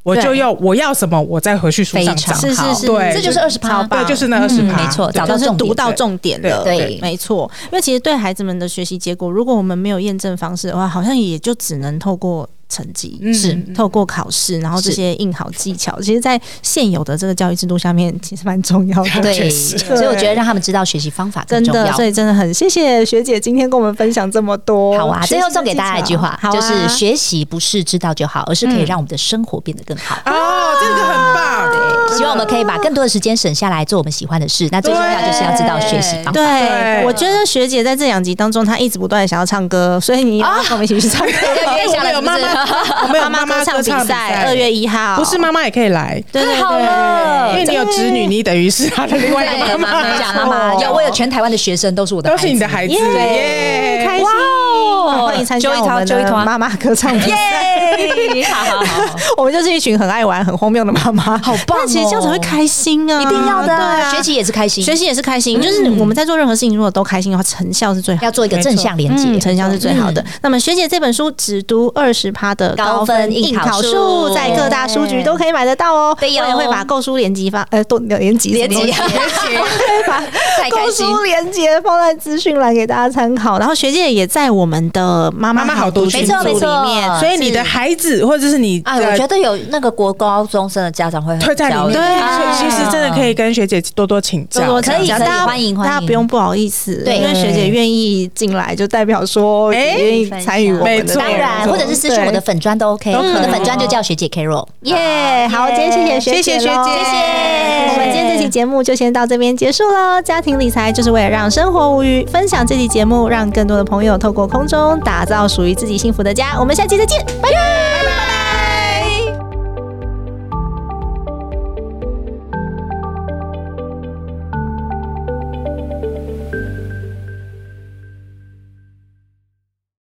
[SPEAKER 5] 我就要我要什么，我再回去书上
[SPEAKER 6] 非常
[SPEAKER 5] 找。
[SPEAKER 3] 是是是，
[SPEAKER 5] 对
[SPEAKER 6] 这就是20%
[SPEAKER 3] 超棒
[SPEAKER 5] 对，就是那二十趴，
[SPEAKER 6] 没错
[SPEAKER 5] 对
[SPEAKER 6] 找到
[SPEAKER 3] 就是
[SPEAKER 6] 重点
[SPEAKER 3] 读到重点的，
[SPEAKER 6] 对对
[SPEAKER 3] 没错。因为其实对孩子们的学习结果，如果我们没有验证方式的话，好像也就只能透过成绩，
[SPEAKER 6] 是
[SPEAKER 3] 透过考试，然后这些硬好技巧，其实，在现有的这个教育制度下面，其实蛮重 要的。
[SPEAKER 6] 对，
[SPEAKER 5] 确实
[SPEAKER 6] 所以我觉得让他们知道学习方法
[SPEAKER 3] 真
[SPEAKER 6] 更重
[SPEAKER 3] 的，
[SPEAKER 6] 要
[SPEAKER 3] 所。以真的很谢谢学姐今天跟我们分享这么多。
[SPEAKER 6] 好啊，
[SPEAKER 3] 学习
[SPEAKER 6] 最
[SPEAKER 3] 的
[SPEAKER 6] 后送给大家一句话
[SPEAKER 3] 技，巧好啊、
[SPEAKER 6] 就是学习不是知道就好，而是可以让我们的生活变得更好。
[SPEAKER 5] 哦，这个很棒，
[SPEAKER 6] 希望我们可以把更多的时间省下来做我们喜欢的事。那最重要就是要知道学习方法。
[SPEAKER 3] 对，我觉得学姐在这两集当中，她一直不断地想要唱歌，所以你
[SPEAKER 6] 啊
[SPEAKER 3] 要跟我们一起去 唱歌。
[SPEAKER 6] 对
[SPEAKER 5] 我们有妈妈，我们有妈
[SPEAKER 3] 歌
[SPEAKER 5] 歌
[SPEAKER 3] 比
[SPEAKER 5] 唱比
[SPEAKER 3] 赛，二月一号，
[SPEAKER 5] 不是妈妈也可以来，
[SPEAKER 3] 对对对
[SPEAKER 5] 哦
[SPEAKER 6] 好了
[SPEAKER 5] 因为你有侄女，你等于是她的另外一个
[SPEAKER 6] 对，
[SPEAKER 5] 妈
[SPEAKER 6] 妈
[SPEAKER 5] 妈
[SPEAKER 6] 妈，讲妈妈，有我有全台湾的学生都是我的，
[SPEAKER 5] 都是你的孩子，耶
[SPEAKER 3] 耶，开心！
[SPEAKER 6] 哦
[SPEAKER 3] 欢迎参加我们
[SPEAKER 6] 揪一团揪一
[SPEAKER 3] 的
[SPEAKER 6] 团
[SPEAKER 3] 妈妈歌唱比赛。
[SPEAKER 6] 耶，好好好，
[SPEAKER 3] 我们就是一群很爱玩、很荒谬的妈妈，好
[SPEAKER 6] 棒哦
[SPEAKER 3] 其实这样才会开心啊，
[SPEAKER 6] 一定要的
[SPEAKER 3] 对啊，
[SPEAKER 6] 啊，学习也是开心，嗯
[SPEAKER 3] 学习也是开心，就是我们在做任何事情，如果都开心的话，成效是最好的。
[SPEAKER 6] 要做一个正向连
[SPEAKER 3] 嗯，
[SPEAKER 6] 接，
[SPEAKER 3] 成效是最好的。那么学姐这本书只读二十趴的
[SPEAKER 6] 高分应
[SPEAKER 3] 应
[SPEAKER 6] 考
[SPEAKER 3] 考
[SPEAKER 6] 书
[SPEAKER 3] 书，在各大书局都可以买得到哦。
[SPEAKER 6] 对哟
[SPEAKER 3] 我也会把购书连集发，呃，都连集
[SPEAKER 6] 连
[SPEAKER 3] 什么
[SPEAKER 6] 接， 太开
[SPEAKER 3] 购
[SPEAKER 6] 心。
[SPEAKER 3] 书链接放在资讯栏给大家参考，然后学姐也在我们的妈
[SPEAKER 5] 妈妈
[SPEAKER 3] 好
[SPEAKER 5] 好读
[SPEAKER 3] 群
[SPEAKER 5] 群
[SPEAKER 3] 组
[SPEAKER 5] 组
[SPEAKER 3] 里
[SPEAKER 6] 里
[SPEAKER 3] 面，
[SPEAKER 6] 面
[SPEAKER 5] 所以你的孩子或者是你
[SPEAKER 4] 哎，我
[SPEAKER 5] 的
[SPEAKER 4] 觉得有那个国高中生的家长会很
[SPEAKER 5] 会在里
[SPEAKER 4] 焦
[SPEAKER 5] 面，
[SPEAKER 4] 虑
[SPEAKER 5] 所以其实真的可以跟学姐多多请教，
[SPEAKER 3] 多多
[SPEAKER 6] 可以
[SPEAKER 3] 讲
[SPEAKER 6] 可以
[SPEAKER 3] 大家
[SPEAKER 6] 欢迎欢迎
[SPEAKER 3] 大家不用不好意思，
[SPEAKER 6] 对
[SPEAKER 3] 因为学姐愿意进来，就代表说
[SPEAKER 5] 哎
[SPEAKER 3] 也愿意参与我们
[SPEAKER 5] 没
[SPEAKER 3] 的
[SPEAKER 5] 错
[SPEAKER 3] 内
[SPEAKER 6] 当
[SPEAKER 3] 容
[SPEAKER 6] 然，或者是私信我的粉砖都 OK，
[SPEAKER 5] 都可以
[SPEAKER 6] 我的粉砖就叫学姐 Carol。
[SPEAKER 3] 耶。好，今天谢谢学姐，
[SPEAKER 5] 谢谢学姐谢谢
[SPEAKER 3] 我们今天这期节目就先到这边结束喽。家庭理财就是为了让生活无虞，分享这期节目，让更多的朋友透过空中打造属于自己幸福的家。我们下期再见，拜拜。